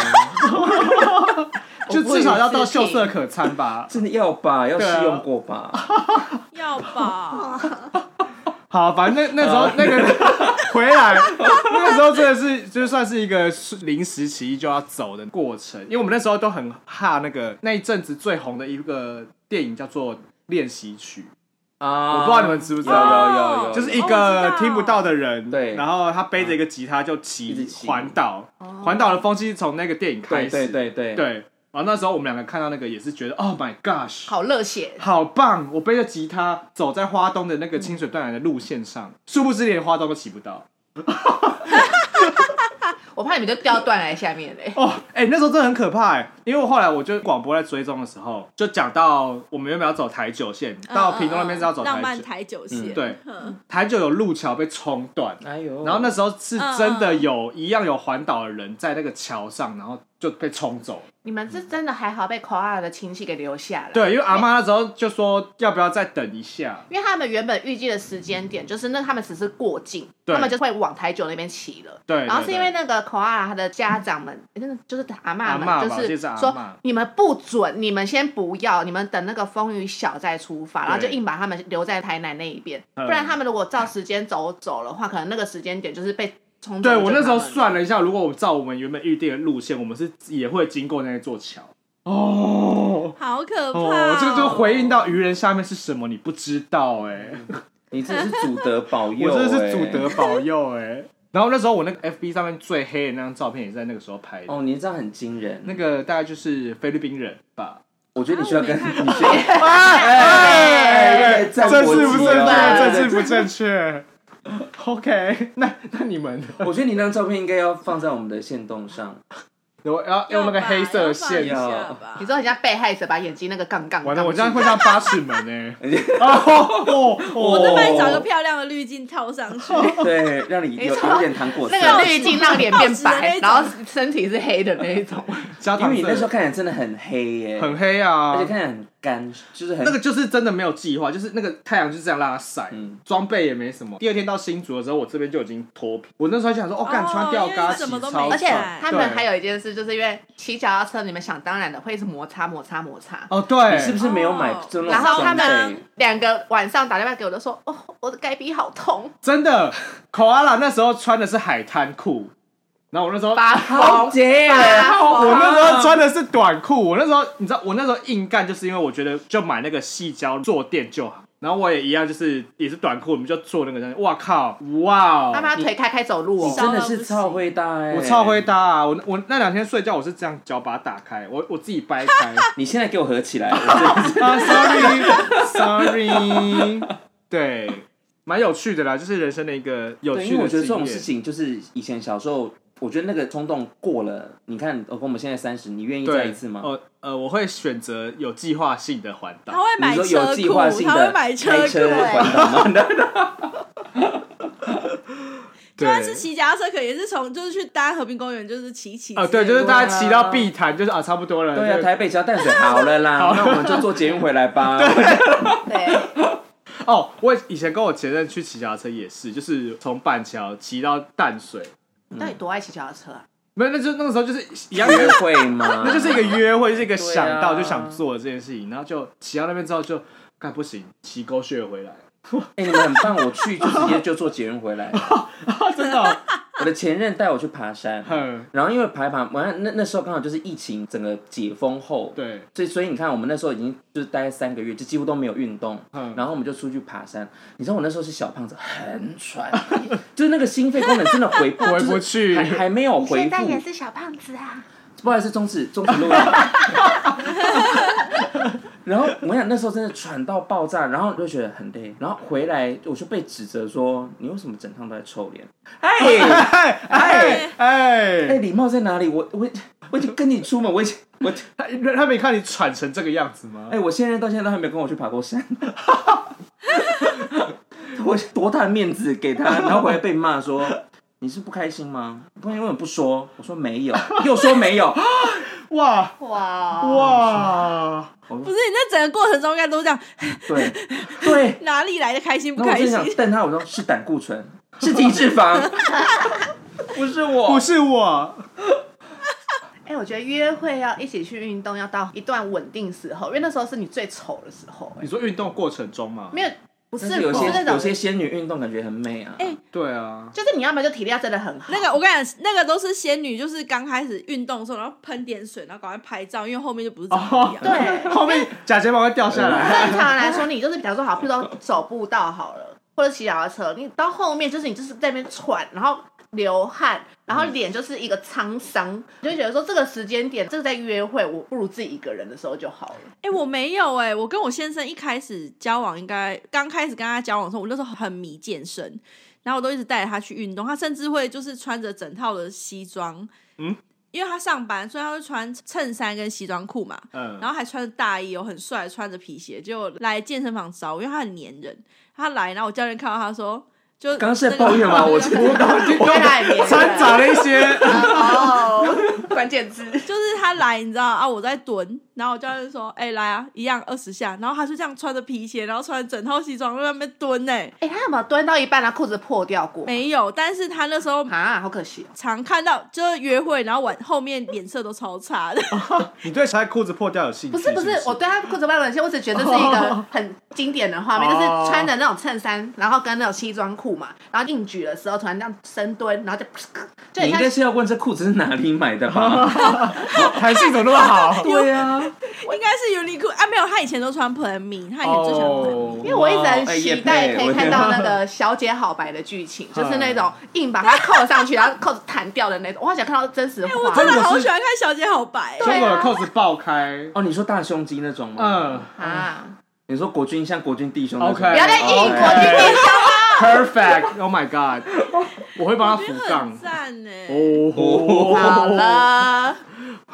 Speaker 4: 就至少要到秀色可餐吧。
Speaker 3: 真的要吧？要
Speaker 4: 对啊
Speaker 3: 试用过吧？
Speaker 6: 要吧？
Speaker 4: 好，反正那那时候那个 回来，那个时候真的是就算是一个临时起意就要走的过程，因为我们那时候都很怕那个那一阵子最红的一个电影叫做《练习曲
Speaker 3: 啊，
Speaker 4: 我不知道你们知不知道
Speaker 3: 有有有有，
Speaker 4: 就是一
Speaker 6: 哦我知
Speaker 4: 个
Speaker 6: 道
Speaker 4: 听不到的人，
Speaker 3: 对
Speaker 4: 然后他背着一个吉他就
Speaker 3: 一直
Speaker 4: 骑
Speaker 3: 骑
Speaker 4: 环岛，环岛的风气是从那个电影
Speaker 3: 对
Speaker 4: 开始，
Speaker 3: 对对对
Speaker 4: 对，然后那时候我们两个看到那个也是觉得，Oh my gosh，
Speaker 5: 好热血，
Speaker 4: 好棒！我背着吉他走在花东的那个清水断崖的路线上，殊不知连花东都骑不到。
Speaker 5: 我怕你们就掉断崖下面嘞。
Speaker 4: 哦，哎、那时候真的很可怕哎、因为我后来我就广播在追踪的时候，就讲到我们原本要走台九线， 到屏东那边是要走
Speaker 6: 嗯嗯嗯浪
Speaker 4: 台
Speaker 6: 漫
Speaker 4: 九，
Speaker 6: 台九线，
Speaker 3: 嗯
Speaker 4: 对
Speaker 6: 嗯
Speaker 4: 台九有路桥被冲断，
Speaker 3: 哎呦，
Speaker 4: 然后那时候是
Speaker 6: 嗯
Speaker 4: 真的有一样有环岛的人在那个桥上，然后就被冲走。
Speaker 5: 你们是真的还好被 Koala 的亲戚给留下了。
Speaker 4: 对，因为阿妈那时候就说要不要再等一下，
Speaker 5: 因为他们原本预计的时间点就是那他们只是过境，
Speaker 4: 对
Speaker 5: 他们就会往台九那边骑了。
Speaker 4: 对，
Speaker 5: 然后是
Speaker 4: 对
Speaker 5: 因为那个 Koala 他的家长们，诶真的就是阿嬷
Speaker 4: 阿嬷吧
Speaker 5: 们，就
Speaker 4: 我记得
Speaker 5: 是
Speaker 4: 是阿嬷
Speaker 5: 说你们不准，你们先不要，你们等那个风雨小再出发，然后就
Speaker 4: 对
Speaker 5: 硬把他们留在台南那一边，
Speaker 4: 嗯
Speaker 5: 不然他们如果照时间走走的话，可能那个时间点就是被冲走
Speaker 4: 对
Speaker 5: 就
Speaker 4: 我那时候
Speaker 5: 他们
Speaker 4: 算了一下，如果我照我们原本预定的路线，我们是也会经过那座桥。哦
Speaker 6: 好可怕
Speaker 4: 哦
Speaker 6: 哦！，
Speaker 4: 这个就回应到愚人下面是什么，你不知道哎、
Speaker 3: 你真的是祖德保佑、 哎
Speaker 4: 我真的是祖德保佑哎、然后那时候我那个 FB 上面最黑的那张照片也是在那个时候拍的，
Speaker 3: 哦，你这样很惊人。
Speaker 4: 那个大概就是菲律宾人吧。
Speaker 3: 我觉得你需要跟
Speaker 6: 啊我没看
Speaker 3: 你需要，哎
Speaker 4: 哎
Speaker 3: 站
Speaker 4: 政
Speaker 3: 国
Speaker 4: 治
Speaker 3: 际
Speaker 4: 不正
Speaker 3: 哦
Speaker 4: 确，政治不正确。OK，那那你们，
Speaker 3: 我觉得你那张照片应该要放在我们的线动 上。
Speaker 4: 我要用那个黑色的
Speaker 6: 哎
Speaker 4: 线哦
Speaker 3: 要吧，
Speaker 5: 你说很像被害者把眼睛那个杠杠
Speaker 4: 完
Speaker 5: 杠
Speaker 4: 了，
Speaker 5: 住，
Speaker 4: 我这样会像八尺门哎、
Speaker 6: 我再帮你找一个
Speaker 3: 哦
Speaker 6: 漂亮的滤镜套上去。
Speaker 4: 哦
Speaker 3: 对，让你有有点糖果色
Speaker 5: 那，个滤镜让脸变
Speaker 6: 报
Speaker 5: 白，
Speaker 6: 纸的那种
Speaker 5: 然后身体是黑的那一种。
Speaker 4: 加
Speaker 3: 因
Speaker 4: 糖
Speaker 3: 为你
Speaker 4: 色
Speaker 3: 那时候看起来真的很黑耶，
Speaker 4: 很黑啊，
Speaker 3: 而且看起来很干，就是很
Speaker 4: 那个就是真的没有计划，就是那个太阳就是这样让它晒
Speaker 3: 嗯，
Speaker 4: 装、备也没什么。第二天到新竹的时候，我这边就已经脱皮。我那时候还想说，哦，干
Speaker 6: 哦
Speaker 4: 穿吊
Speaker 6: 因
Speaker 4: 嘎
Speaker 6: 为
Speaker 4: 洗
Speaker 6: 什么都
Speaker 4: 超
Speaker 6: 没
Speaker 4: 爽，
Speaker 5: 而且他们
Speaker 4: 对
Speaker 5: 还有一件事，就是因为骑脚踏车，你们想当然的会一直摩擦摩擦摩擦。
Speaker 4: 哦对，
Speaker 3: 你是不是没有买
Speaker 6: 哦
Speaker 3: 这种
Speaker 5: 然后他
Speaker 3: 装
Speaker 5: 们
Speaker 3: 备？
Speaker 5: 两个晚上打电话给我，都说：“哦，我的该逼好痛，
Speaker 4: 真的？口阿拉那时候穿的是海滩裤，然后我那时候。
Speaker 5: 发
Speaker 3: 好啊
Speaker 5: 疯。
Speaker 3: 姐，
Speaker 5: 发
Speaker 4: 我
Speaker 5: 疯
Speaker 4: 那时候穿的是短裤，我那时候你知道，我那时候硬干，就是因为我觉得就买那个细胶坐垫就好，然后我也一样，就是也是短裤，我们就做那个东西。哇靠，哇哦！
Speaker 5: 他把腿开开走路
Speaker 3: 你
Speaker 5: 哦，
Speaker 3: 真的是超会搭哎，
Speaker 4: 我超会搭啊！我我那两天睡觉，我是这样脚把它打开，我我自己掰开
Speaker 3: 你现在给我合起来，我真的是
Speaker 4: 啊，sorry sorry，对，蛮有趣的啦，就是人生的一个有
Speaker 3: 对，因
Speaker 4: 趣
Speaker 3: 为我
Speaker 4: 的
Speaker 3: 觉得这
Speaker 4: 经
Speaker 3: 种事
Speaker 4: 验。
Speaker 3: 情就是以前小时候，我觉得那个冲动过了，你看，哦我跟我们现在三十，你愿意再
Speaker 4: 对
Speaker 3: 一次，吗？
Speaker 4: 呃呃，我会选择有计划性的环
Speaker 6: 他
Speaker 4: 岛。
Speaker 6: 会
Speaker 3: 你
Speaker 6: 买
Speaker 3: 说
Speaker 6: 车
Speaker 3: 有计
Speaker 6: 库，
Speaker 3: 划性
Speaker 6: 他会
Speaker 3: 的
Speaker 6: 买
Speaker 3: 开
Speaker 6: 车
Speaker 3: 车
Speaker 4: 哦
Speaker 6: 库。哎
Speaker 3: 环岛吗？
Speaker 4: 对，
Speaker 6: 他是骑脚踏车，可也是从就是去搭和平公园，就是骑骑。
Speaker 4: 啊，对，就是大家骑到碧潭，就是啊，差不多 了。
Speaker 3: 对啊，
Speaker 4: 就
Speaker 3: 台北只要淡水好了啦，那我们就坐捷运回来吧。
Speaker 5: 对，
Speaker 4: 哦，我以前跟我前任去骑脚踏车也是，就是从板桥骑到淡水，
Speaker 5: 到底多爱骑脚踏车啊？
Speaker 4: 没有，那就那个时候就是 一样
Speaker 3: 约会嘛，
Speaker 4: 那就是一个约会，就是一个
Speaker 3: 对啊
Speaker 4: 想到就想做的这件事情，然后就骑到那边之后就干不行，骑狗血回来，
Speaker 3: 哎，你们很棒，我去就直接就坐捷运回来。
Speaker 4: 真 的哦，
Speaker 3: 我的前任带我去爬山，
Speaker 4: 哼，
Speaker 3: 然后因为爬一爬完了那那时候刚好就是疫情整个解封后，
Speaker 4: 对，
Speaker 3: 所以所以你看我们那时候已经就是待三个月，就几乎都没有运动。
Speaker 4: 嗯
Speaker 3: 然后我们就出去爬山。你知道我那时候是小胖子，很喘， 就是那个心肺功能真的回不
Speaker 4: 回不去
Speaker 3: 就是还还没有恢
Speaker 5: 现
Speaker 3: 复
Speaker 5: 在。也是小胖子啊，
Speaker 3: 不好意思，终止终止录音。 然后我想那时候真的喘到爆炸，然后就觉得很累，然后回来我就被指责说你为什么整趟都在臭脸？哎
Speaker 4: 哎哎
Speaker 3: 哎，
Speaker 4: 哎，
Speaker 3: 礼貌在哪里？我我我已经跟你出门，我已经我
Speaker 4: 他他没看你喘成这个样子吗
Speaker 3: 哎、？我现任到现在都还没有跟我去爬过山， 我多大的面子给他，然后回来被骂说你是不开心吗？不然为什么不说？我说没有，又说没有，
Speaker 4: 哇
Speaker 5: 哇哦
Speaker 4: 哇，
Speaker 6: 不是你在整个过程中应该都这样，
Speaker 3: 对对，
Speaker 6: 哪里来的开心不
Speaker 3: 然后我
Speaker 6: 开
Speaker 3: 就
Speaker 6: 心？
Speaker 3: 想瞪他，我说是胆固醇，是体脂肪， 不是我，
Speaker 4: 不是我，
Speaker 5: 哎、我觉得约会要一起去运动，要到一段稳定时候，因为那时候是你最丑的时候、哎
Speaker 4: 你说运动过程中吗？
Speaker 5: 没有，不是
Speaker 3: 但是有
Speaker 5: 不是
Speaker 3: 些
Speaker 5: 那种，
Speaker 3: 有些仙女运动感觉很美啊。
Speaker 6: 哎
Speaker 4: 对啊，
Speaker 5: 就是你要么就体力要真的很好，
Speaker 6: 那个我跟你讲，那个都是仙女，就是刚开始运动的时候，然后喷点水，然后赶快拍照，因为后面就不是长这
Speaker 3: 哦
Speaker 6: 样。
Speaker 5: 对
Speaker 4: 哦 后面假睫毛会掉下来。
Speaker 5: 正常来说，你就是比方说好，譬如说走步道好了，或者骑脚踏车，你到后面就是你就是在那边喘，然后流汗，然后脸就是一个沧桑，你就觉得说这个时间点，这个在约会，我不如自己一个人的时候就好了。
Speaker 6: 哎、我没有哎、我跟我先生一开始交往，应该刚开始跟他交往的时候，我那时候很迷健身，然后我都一直带着他去运动，他甚至会就是穿着整套的西装，
Speaker 4: 嗯，
Speaker 6: 因为他上班，所以他会穿衬衫跟西装裤嘛，
Speaker 4: 嗯，
Speaker 6: 然后还穿着大衣哦，很帅，穿着皮鞋，就来健身房找我，因为他很黏人，他来，然后我教练看到他说。就
Speaker 3: 刚刚是在
Speaker 6: 那个
Speaker 3: 抱 怨吗我觉得
Speaker 5: 因为他也
Speaker 4: 掺杂了一些，
Speaker 5: 哦，关键字。
Speaker 6: 就是他来，你知道啊，我在蹲，然后我教练说：“哎、来啊，一样二十下。”然后他就这样穿着皮鞋，然后穿着整套西装在那边蹲呢、
Speaker 5: 哎、他有没有蹲到一半，然后裤子破掉过？
Speaker 6: 没有，但是他那时候
Speaker 5: 啊，好可惜哦。
Speaker 6: 常看到就是约会，然后晚后面脸色都超差 的。
Speaker 4: 你对穿裤子破掉有兴趣？
Speaker 5: 不是不
Speaker 4: 是
Speaker 5: 是，我对他裤子外文线，我只觉得这是一个很经典的画面，
Speaker 4: 哦
Speaker 5: 就是穿着那种衬衫，然后跟那种西装裤嘛，然后硬举的时候突然这样深蹲，然后就
Speaker 3: 你
Speaker 5: 就很
Speaker 3: 应该
Speaker 5: 像
Speaker 3: 是要问这裤子是哪里买的 吧？
Speaker 4: 弹性怎么那么好？
Speaker 3: 对啊，
Speaker 6: 应该是 Uniqlo 啊，没有，他以前都穿 Plan Me，他以前最喜欢 Plan
Speaker 4: 哦
Speaker 6: Me。
Speaker 5: 因为我一直很
Speaker 3: 哎也
Speaker 5: 期待
Speaker 3: 配
Speaker 5: 可以
Speaker 3: 我
Speaker 5: 看
Speaker 3: 也
Speaker 5: 到
Speaker 3: 配
Speaker 5: 那个《小姐好白》的剧情，就是那种硬把它扣上去，然后扣子弹掉的那种。我好想看到真实
Speaker 6: 哎我
Speaker 5: 画
Speaker 6: 真
Speaker 5: 面
Speaker 6: 的好喜欢看《小姐好白》
Speaker 5: 对
Speaker 4: 结
Speaker 5: 啊
Speaker 4: 果扣子爆开，
Speaker 3: 哦，你说大胸肌那种吗？
Speaker 4: 嗯
Speaker 5: 啊！
Speaker 3: 你说国军像国军弟兄那种哦
Speaker 4: OK
Speaker 5: 不要再硬我去变小了。
Speaker 4: ，perfect，Oh my god，我会帮他扶
Speaker 6: 我觉得
Speaker 4: 杠
Speaker 6: 很。赞呢、
Speaker 4: 哦，
Speaker 5: 好，了，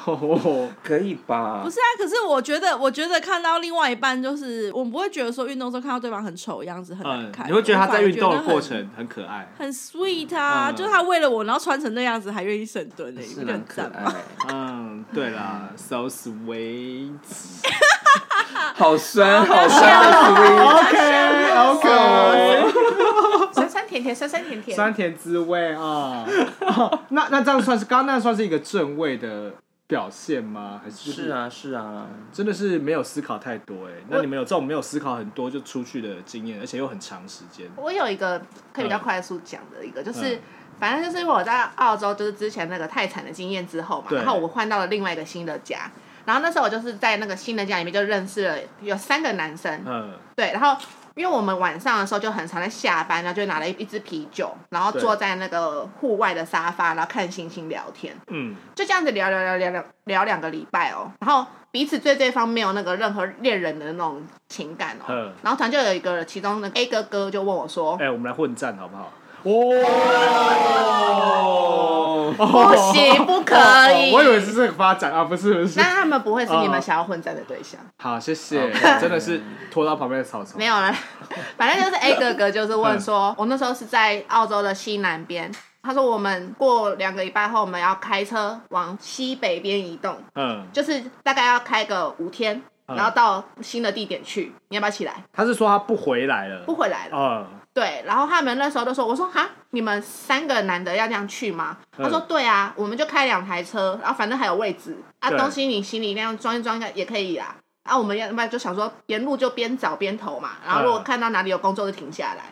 Speaker 4: 哦，
Speaker 3: 可以吧？
Speaker 6: 不是啊，可是我觉得，我觉得看到另外一半，就是我们不会觉得说运动之后看到对方很丑的样子很难
Speaker 4: 嗯
Speaker 6: 看，，
Speaker 4: 你会觉得他在运动
Speaker 6: 我
Speaker 4: 的
Speaker 6: 反而觉得很
Speaker 4: 过程很可爱，
Speaker 6: 很 sweet 啊，
Speaker 4: 嗯
Speaker 6: 就是他为了我，然后穿成那样子还愿意深蹲呢、
Speaker 3: 是
Speaker 6: 不
Speaker 3: 蛮
Speaker 6: 很
Speaker 3: 可
Speaker 6: 赞
Speaker 3: 爱
Speaker 6: 吗？，
Speaker 4: 嗯，对啦，so sweet。
Speaker 3: 好酸，好酸
Speaker 4: OK OK，
Speaker 5: 酸酸甜甜，酸酸甜甜。
Speaker 4: 酸甜滋味 啊。那那这样算是刚刚那算是一个正位的表现吗？还是
Speaker 3: 是？啊，是啊，
Speaker 4: 真的是没有思考太多哎。那你们有这种没有思考很多就出去的经验，而且又很长时间。
Speaker 5: 我有一个可以比较
Speaker 4: 嗯
Speaker 5: 快速讲的一个，就是、反正就是我在澳洲，就是之前那个泰产的经验之后嘛，
Speaker 4: 对
Speaker 5: 然后我换到了另外一个新的家，然后那时候我就是在那个新的家里面就认识了有三个男生，
Speaker 4: 嗯，
Speaker 5: 对，然后因为我们晚上的时候就很常在下班，然后就拿了一一支啤酒，然后
Speaker 4: 对
Speaker 5: 坐在那个户外的沙发，然后看星星聊天，
Speaker 4: 嗯，
Speaker 5: 就这样子聊聊聊聊聊聊两个礼拜哦，然后彼此对对方没有那个任何恋人的那种情感哦
Speaker 4: 嗯，
Speaker 5: 然后突然就有一个其中的 A 哥哥就问我说，
Speaker 4: 哎，我们来混战好不好？哦，
Speaker 5: 不行，不可以。
Speaker 4: 我以为是这个发展啊，不是不是
Speaker 5: 那。他们不会是你们想要混战的对象，
Speaker 4: 好，谢谢，真的是拖到旁边的草丛
Speaker 5: 没。有了。 反正就是 A 哥哥就是问说，
Speaker 4: 嗯
Speaker 5: 我那时候是在澳洲的西南边，他说我们过两个礼拜后我们要开车往西北边移动，
Speaker 4: 嗯，
Speaker 5: 就是大概要开个五天，
Speaker 4: 嗯
Speaker 5: 然后到新的地点去，你要不要起来？
Speaker 4: 他是说他不回来了，
Speaker 5: 不回来了。
Speaker 4: 啊，
Speaker 5: 对，然后他们那时候都说，我说哈，你们三个男的要这样去吗？他说对啊，我们就开两台车，然后反正还有位置啊，
Speaker 4: 对
Speaker 5: 东西你行李那样装一装也可以啦。啊，我们要不然就想说沿路就边找边投嘛，然后如果
Speaker 4: 嗯
Speaker 5: 看到哪里有工作就停下来。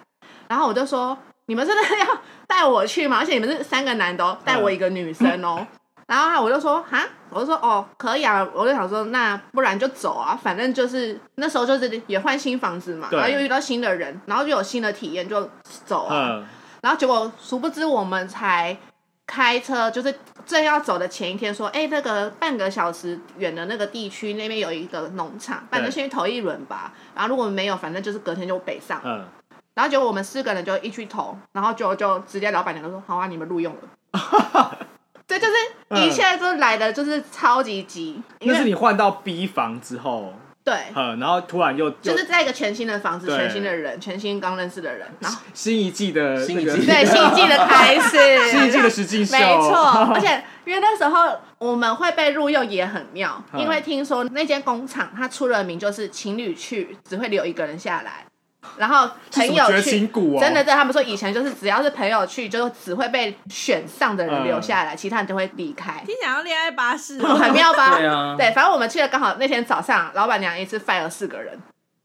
Speaker 5: 然后我就说，你们真的要带我去吗？而且你们是三个男的、哦，带我一个女生哦。然后我就说哈，我就说哦，可以啊，我就想说那不然就走啊，反正就是那时候就是也换新房子嘛，
Speaker 4: 对
Speaker 5: 然后又遇到新的人，然后就有新的体验，就走啊。
Speaker 4: 嗯，
Speaker 5: 然后结果殊不知我们才开车，就是正要走的前一天说，哎，那个半个小时远的那个地区那边有一个农场，反正先去投一轮吧。然后如果没有，反正就是隔天就北上。
Speaker 4: 嗯，
Speaker 5: 然后结果我们四个 人就一去投，然后就就直接老板娘就说：“好啊，你们录用了。”对，就是一切都来的就是超级急，因
Speaker 4: 嗯那是
Speaker 5: 为
Speaker 4: 你换到 B 房之后，
Speaker 5: 对，
Speaker 4: 呃，然后突然又
Speaker 5: 就
Speaker 4: 又
Speaker 5: 是在一个全新的房子、
Speaker 4: 对
Speaker 5: 全新的人、全新刚认识的人， 然后
Speaker 4: 新一季的
Speaker 3: 新
Speaker 4: 那个
Speaker 3: 一季
Speaker 5: 对新一季的开 始，
Speaker 4: 新一季的实境秀，
Speaker 5: 没 错，而且因为那时候我们会被录用也很妙，
Speaker 4: 嗯
Speaker 5: 因为听说那间工厂它出了名就是情侣去只会留一个人下来，然后朋友
Speaker 4: 这是什么绝
Speaker 5: 去
Speaker 4: 情股哦
Speaker 5: 真的对他们说以前就是只要是朋友去就只会被选上的人留下
Speaker 4: 嗯
Speaker 5: 来，其他人就会离开。
Speaker 6: 听起来像恋爱巴士 哦，
Speaker 5: 很妙 吧？
Speaker 3: 对啊
Speaker 5: 对，反正我们去了，刚好那天早上，老板娘一次 fire 四个人，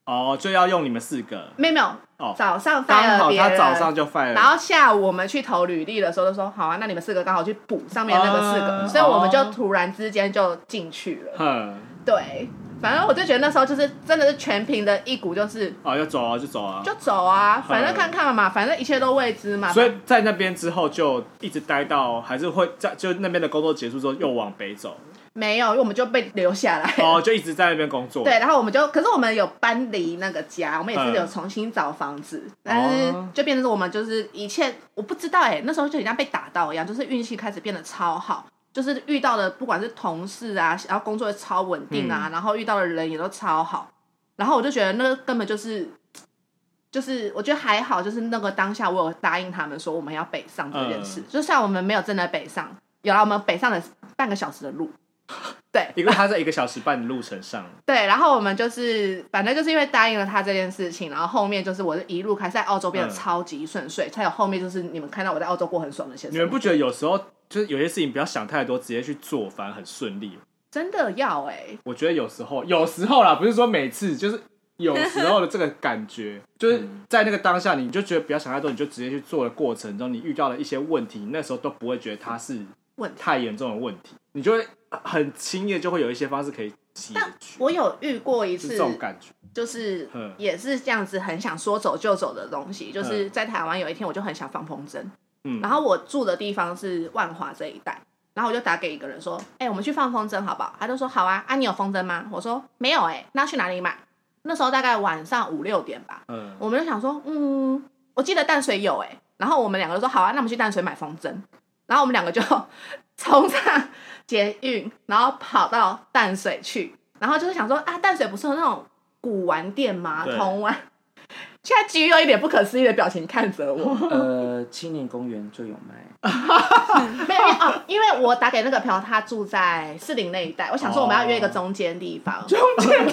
Speaker 4: 哦，就要用你们四个，
Speaker 5: 没有没有，
Speaker 4: 哦
Speaker 5: 早上 fire
Speaker 4: 刚好
Speaker 5: 别人
Speaker 4: 他早上就 fire，
Speaker 5: 然后下午我们去投履历的时候，就说好啊，那你们四个刚好去补上面那个四个，
Speaker 4: 啊
Speaker 5: 所以我们就突然之间就进去了。
Speaker 4: 哼，
Speaker 5: 对，反正我就觉得那时候就是真的是全凭的一股就是
Speaker 4: 哦，要走啊，就走啊，
Speaker 5: 就走啊，反正看看嘛，反正一切都未知嘛。
Speaker 4: 嗯所以在那边之后就一直待到，还是会在就那边的工作结束之后又往北走，
Speaker 5: 没有，因为我们就被留下来。
Speaker 4: 哦，就一直在那边工作，
Speaker 5: 对，，然后我们就，可是我们有搬离那个家，我们也是
Speaker 4: 嗯
Speaker 5: 有重新找房子，但是就变成是我们就是一切，我不知道哎、那时候就很像被打到一样，就是运气开始变得超好，就是遇到的不管是同事啊，然后工作也超稳定啊，然后遇到的人也都超好，然后我就觉得那个根本就是。就是我觉得还好，就是那个当下我有答应他们说我们要北上这件事，就算我们没有真的北上，有了我们北上的半个小时的路，对，
Speaker 4: 因为他在一个小时半的路程上，
Speaker 5: 对，然后我们就是，反正就是因为答应了他这件事情，然后后面就是我是一路开始在澳洲变得
Speaker 4: 嗯
Speaker 5: 超级顺遂，才有后面就是你们看到我在澳洲过很爽的一些
Speaker 4: 你
Speaker 5: 生
Speaker 4: 们
Speaker 5: 活。
Speaker 4: 不觉得有时候就是有些事情不要想太多，直接去做，反而很顺利？
Speaker 5: 真的要哎、欸，
Speaker 4: 我觉得有时候，有时候啦，不是说每次，就是有时候的这个感 觉，就是
Speaker 5: 嗯
Speaker 4: 在那个当下，你就觉得不要想太多，你就直接去做的过程中，你遇到了一些问题，你那时候都不会觉得它是
Speaker 5: 问题。
Speaker 4: 太严重的问题，你就会很轻易地就会有一些方式可以解决，
Speaker 5: 我有遇过一
Speaker 4: 是这
Speaker 5: 次，
Speaker 4: 种感觉。
Speaker 5: 就是
Speaker 4: 嗯
Speaker 5: 也是这样子，很想说走就走的东西。就是在台湾有一天，我就很想放风筝，
Speaker 4: 嗯，
Speaker 5: 然后我住的地方是万华这一带，然后我就打给一个人说：“哎、我们去放风筝好不好？”他就说：“好啊，啊，你有风筝吗？”我说：“没有哎、那去哪里买？”那时候大概晚上五六点吧，
Speaker 4: 嗯，
Speaker 5: 我们就想说，嗯，我记得淡水有哎、然后我们两个就说好啊，那我们去淡水买风筝。然后我们两个就 冲上捷运，然后跑到淡水去，然后就是想说啊，淡水不是有那种古玩店吗？
Speaker 4: 对
Speaker 5: 童玩。现在基于有一脸不可思议的表情看着我，
Speaker 3: 呃，青年公园就有卖，
Speaker 5: 没有哦，因为我打给那个朋友，他住在士林那一带，我想说我们要约一个中间地方，
Speaker 4: 中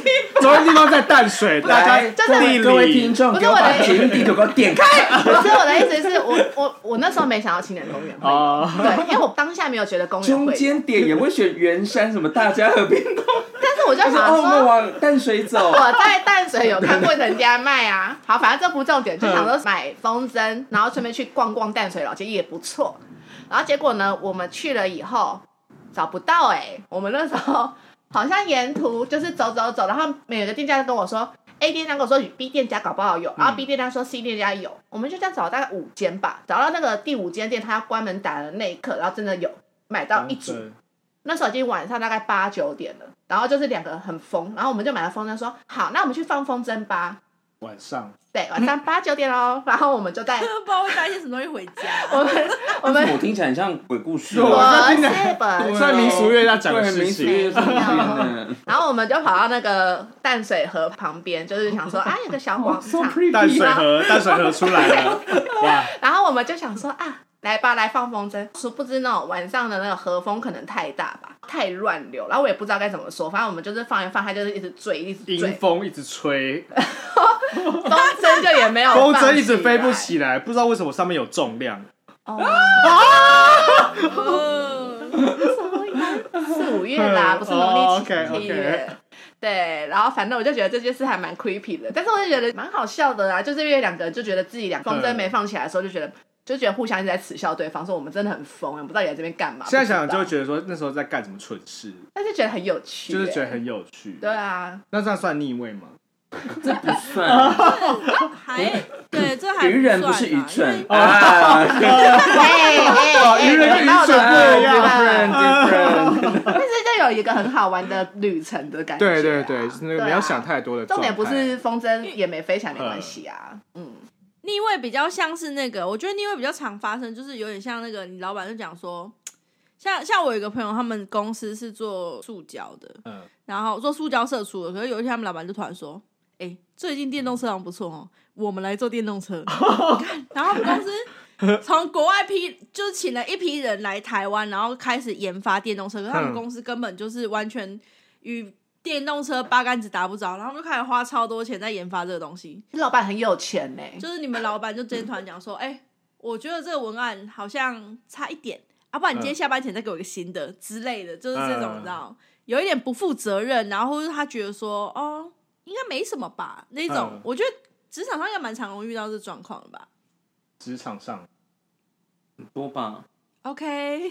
Speaker 4: 间地方在淡水，大家
Speaker 3: 来，各
Speaker 4: 地
Speaker 3: 位各位听
Speaker 4: 理，
Speaker 3: 众，
Speaker 5: 不
Speaker 3: 给
Speaker 5: 是
Speaker 3: 我把
Speaker 5: 我的
Speaker 3: 捷运地图给我点开。
Speaker 5: 不是我的意思是我我我那时候没想到青年公园会有，
Speaker 4: 哦
Speaker 5: 对，因为我当下没有觉得公园
Speaker 3: 中
Speaker 5: 会有，
Speaker 3: 间点也会选圆山什么大家河边公
Speaker 5: 但是我就
Speaker 3: 园，
Speaker 5: 想
Speaker 3: 哦，我
Speaker 5: 说
Speaker 3: 们。往淡水走。
Speaker 5: 我在淡水有看过人家卖啊，好，反正这不重点，就想说买风筝，然后顺便去逛逛淡水老街也不错。然后结果呢，我们去了以后找不到哎、我们那时候好像沿途就是走走走，然后每个店家都跟我说 A 店家跟我说 B 店家搞不好有，然后 B 店家说 C 店家有，我们就这样找大概五间吧，找到那个第五间店，他要关门打的那一刻，然后真的有买到一组。那时候已经晚上大概八九点了，然后就是两个很疯，然后我们就买了风筝，说好，那我们去放风筝吧。
Speaker 4: 晚上，
Speaker 5: 对，晚
Speaker 4: 嗯
Speaker 5: 上八九点哦，然后我们 就 在
Speaker 6: 不知道会带一些什么东西回 家。
Speaker 5: 我们我们
Speaker 3: 我听起来很像鬼故事
Speaker 4: 对我
Speaker 3: 哦，
Speaker 5: 我
Speaker 4: 在听
Speaker 5: 是本
Speaker 4: 虽然民俗乐要讲的
Speaker 3: 对，
Speaker 4: 事
Speaker 3: 民俗
Speaker 4: 情，
Speaker 3: 乐中间呢
Speaker 5: 然后我们就跑到那个淡水河旁边，就是 想说啊，有个小广
Speaker 3: ，so
Speaker 5: 场，
Speaker 4: 淡
Speaker 3: pretty
Speaker 4: 水河，淡水河出来了， 哇，
Speaker 5: 然后我们就想说啊，来吧，来放风筝。殊不知那种晚上的那个河风可能太大吧，太乱流，然后我也不知道该怎么说，反正我们就是放一放，它就是一直追，一直
Speaker 4: 迎
Speaker 5: 追，
Speaker 4: 风一直吹，
Speaker 5: 风筝就也没有
Speaker 4: 风
Speaker 5: 放
Speaker 4: 筝一直飞不
Speaker 5: 来啊
Speaker 4: 起来，不知道为什么上面有重量。
Speaker 6: 哦，
Speaker 5: 四五月啦，
Speaker 4: 嗯
Speaker 5: 不是农历七
Speaker 4: 哦
Speaker 5: 七
Speaker 4: ，OK，OK
Speaker 5: 月。对，然后反正我就觉得这件事还蛮 creepy 的，但是我就觉得蛮好笑的啦，啊就是因为两个人就觉得自己两风筝没放起来的时候，就觉得就觉得互相一直在耻笑对方，说我们真的很疯，我们不知道你在这边干嘛。
Speaker 4: 现在想想就会
Speaker 5: 得，
Speaker 4: 觉得说那时候在干什么蠢事，
Speaker 5: 但是觉得很有趣、
Speaker 4: 就是觉得
Speaker 5: 欸
Speaker 4: 很有趣。
Speaker 5: 对啊，
Speaker 4: 那这样算逆位 吗？
Speaker 3: 不算，
Speaker 6: 还对，这还
Speaker 3: 嗯愚人
Speaker 6: 不
Speaker 3: 不
Speaker 6: 算
Speaker 3: 是
Speaker 6: 啊
Speaker 3: 愚
Speaker 6: 因
Speaker 3: 蠢
Speaker 6: 为
Speaker 3: 啊，
Speaker 5: 哎哎哎，
Speaker 4: 愚人
Speaker 5: 你把我
Speaker 4: 愚蠢
Speaker 5: 的
Speaker 4: 不
Speaker 5: 话
Speaker 4: 一样
Speaker 5: 讲了
Speaker 3: different different，
Speaker 5: 啊但是就有一个很好玩的旅程的感觉啊、
Speaker 4: 对对对，就是那个
Speaker 5: 对啊
Speaker 4: 不要想太多的状
Speaker 5: 重
Speaker 4: 态。
Speaker 5: 点不是风筝也没飞起来没关系啊，嗯，
Speaker 6: 逆位比较像是那个，我觉得逆位比较常发生，就是有点像那个，你老板就讲说，像像我有一个朋友，他们公司是做塑胶的，
Speaker 4: 嗯
Speaker 6: 然后做塑胶社畜的，可是有一天他们老板就突然说：“哎、最近电动车好像不错哦，我们来做电动车。” 然后我们公司从国外批就是请了一批人来台湾，然后开始研发电动车，可是他们
Speaker 4: 嗯
Speaker 6: 公司根本就是完全与电动车八竿子打不着，然后他们就开始花超多钱在研发这个东西。
Speaker 5: 老板很有钱呢、
Speaker 6: 就是你们老板就直接突然讲说，哎、我觉得这个文案好像差一点，啊，不然你今天下班前再给我一个新的之类的，就是这种
Speaker 4: 嗯
Speaker 6: 你知道，有一点不负责任，然后或者他觉得说，哦，应该没什么吧，那种，
Speaker 4: 嗯
Speaker 6: 我觉得职场上应该蛮常容易遇到这状况的吧。
Speaker 4: 职场上
Speaker 3: 多吧，
Speaker 6: OK，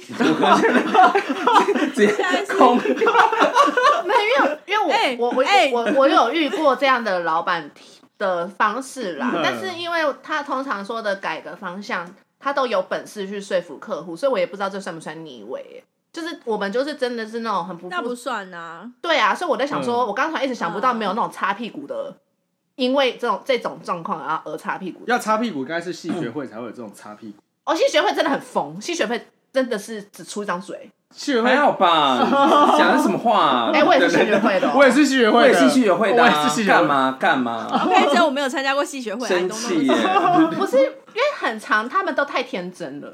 Speaker 3: 直接
Speaker 6: 现在是
Speaker 3: 空。
Speaker 5: 没有，因为
Speaker 6: 哎
Speaker 5: 因为我、我我、
Speaker 6: 哎
Speaker 5: 我我有遇过这样的老板的方式啦，
Speaker 4: 嗯
Speaker 5: 但是因为他通常说的改革方向，他都有本事去说服客户，所以我也不知道这算不算逆位耶。就是我们就是真的是那种很不
Speaker 6: 那不
Speaker 5: 负
Speaker 6: 算 啊，
Speaker 5: 对啊，所以我在想说，
Speaker 4: 嗯
Speaker 5: 我刚才一直想不到
Speaker 6: 嗯
Speaker 5: 没有那种擦屁股的，因为这种这种状况然后而擦屁股的。
Speaker 4: 要擦屁股，应该是系学会才会有这种擦屁股。
Speaker 5: 哦，新学会真的很疯，新学会真的是只出一张嘴。
Speaker 4: 系学
Speaker 3: 还好吧？讲的什么话？
Speaker 5: 哎、我也是新学会 的、
Speaker 4: 我也
Speaker 5: 是。
Speaker 4: 是系学
Speaker 3: 我
Speaker 4: 会
Speaker 3: 也
Speaker 4: 的，
Speaker 3: 是戏学会的
Speaker 4: 我
Speaker 3: 啊，
Speaker 4: 也是系学会
Speaker 3: 干？嘛干嘛？
Speaker 6: ，OK，只有我没有参加过戏学会，
Speaker 3: 生
Speaker 6: I don't know
Speaker 3: 气耶！
Speaker 5: 不是，因为很长，他们都太天真了。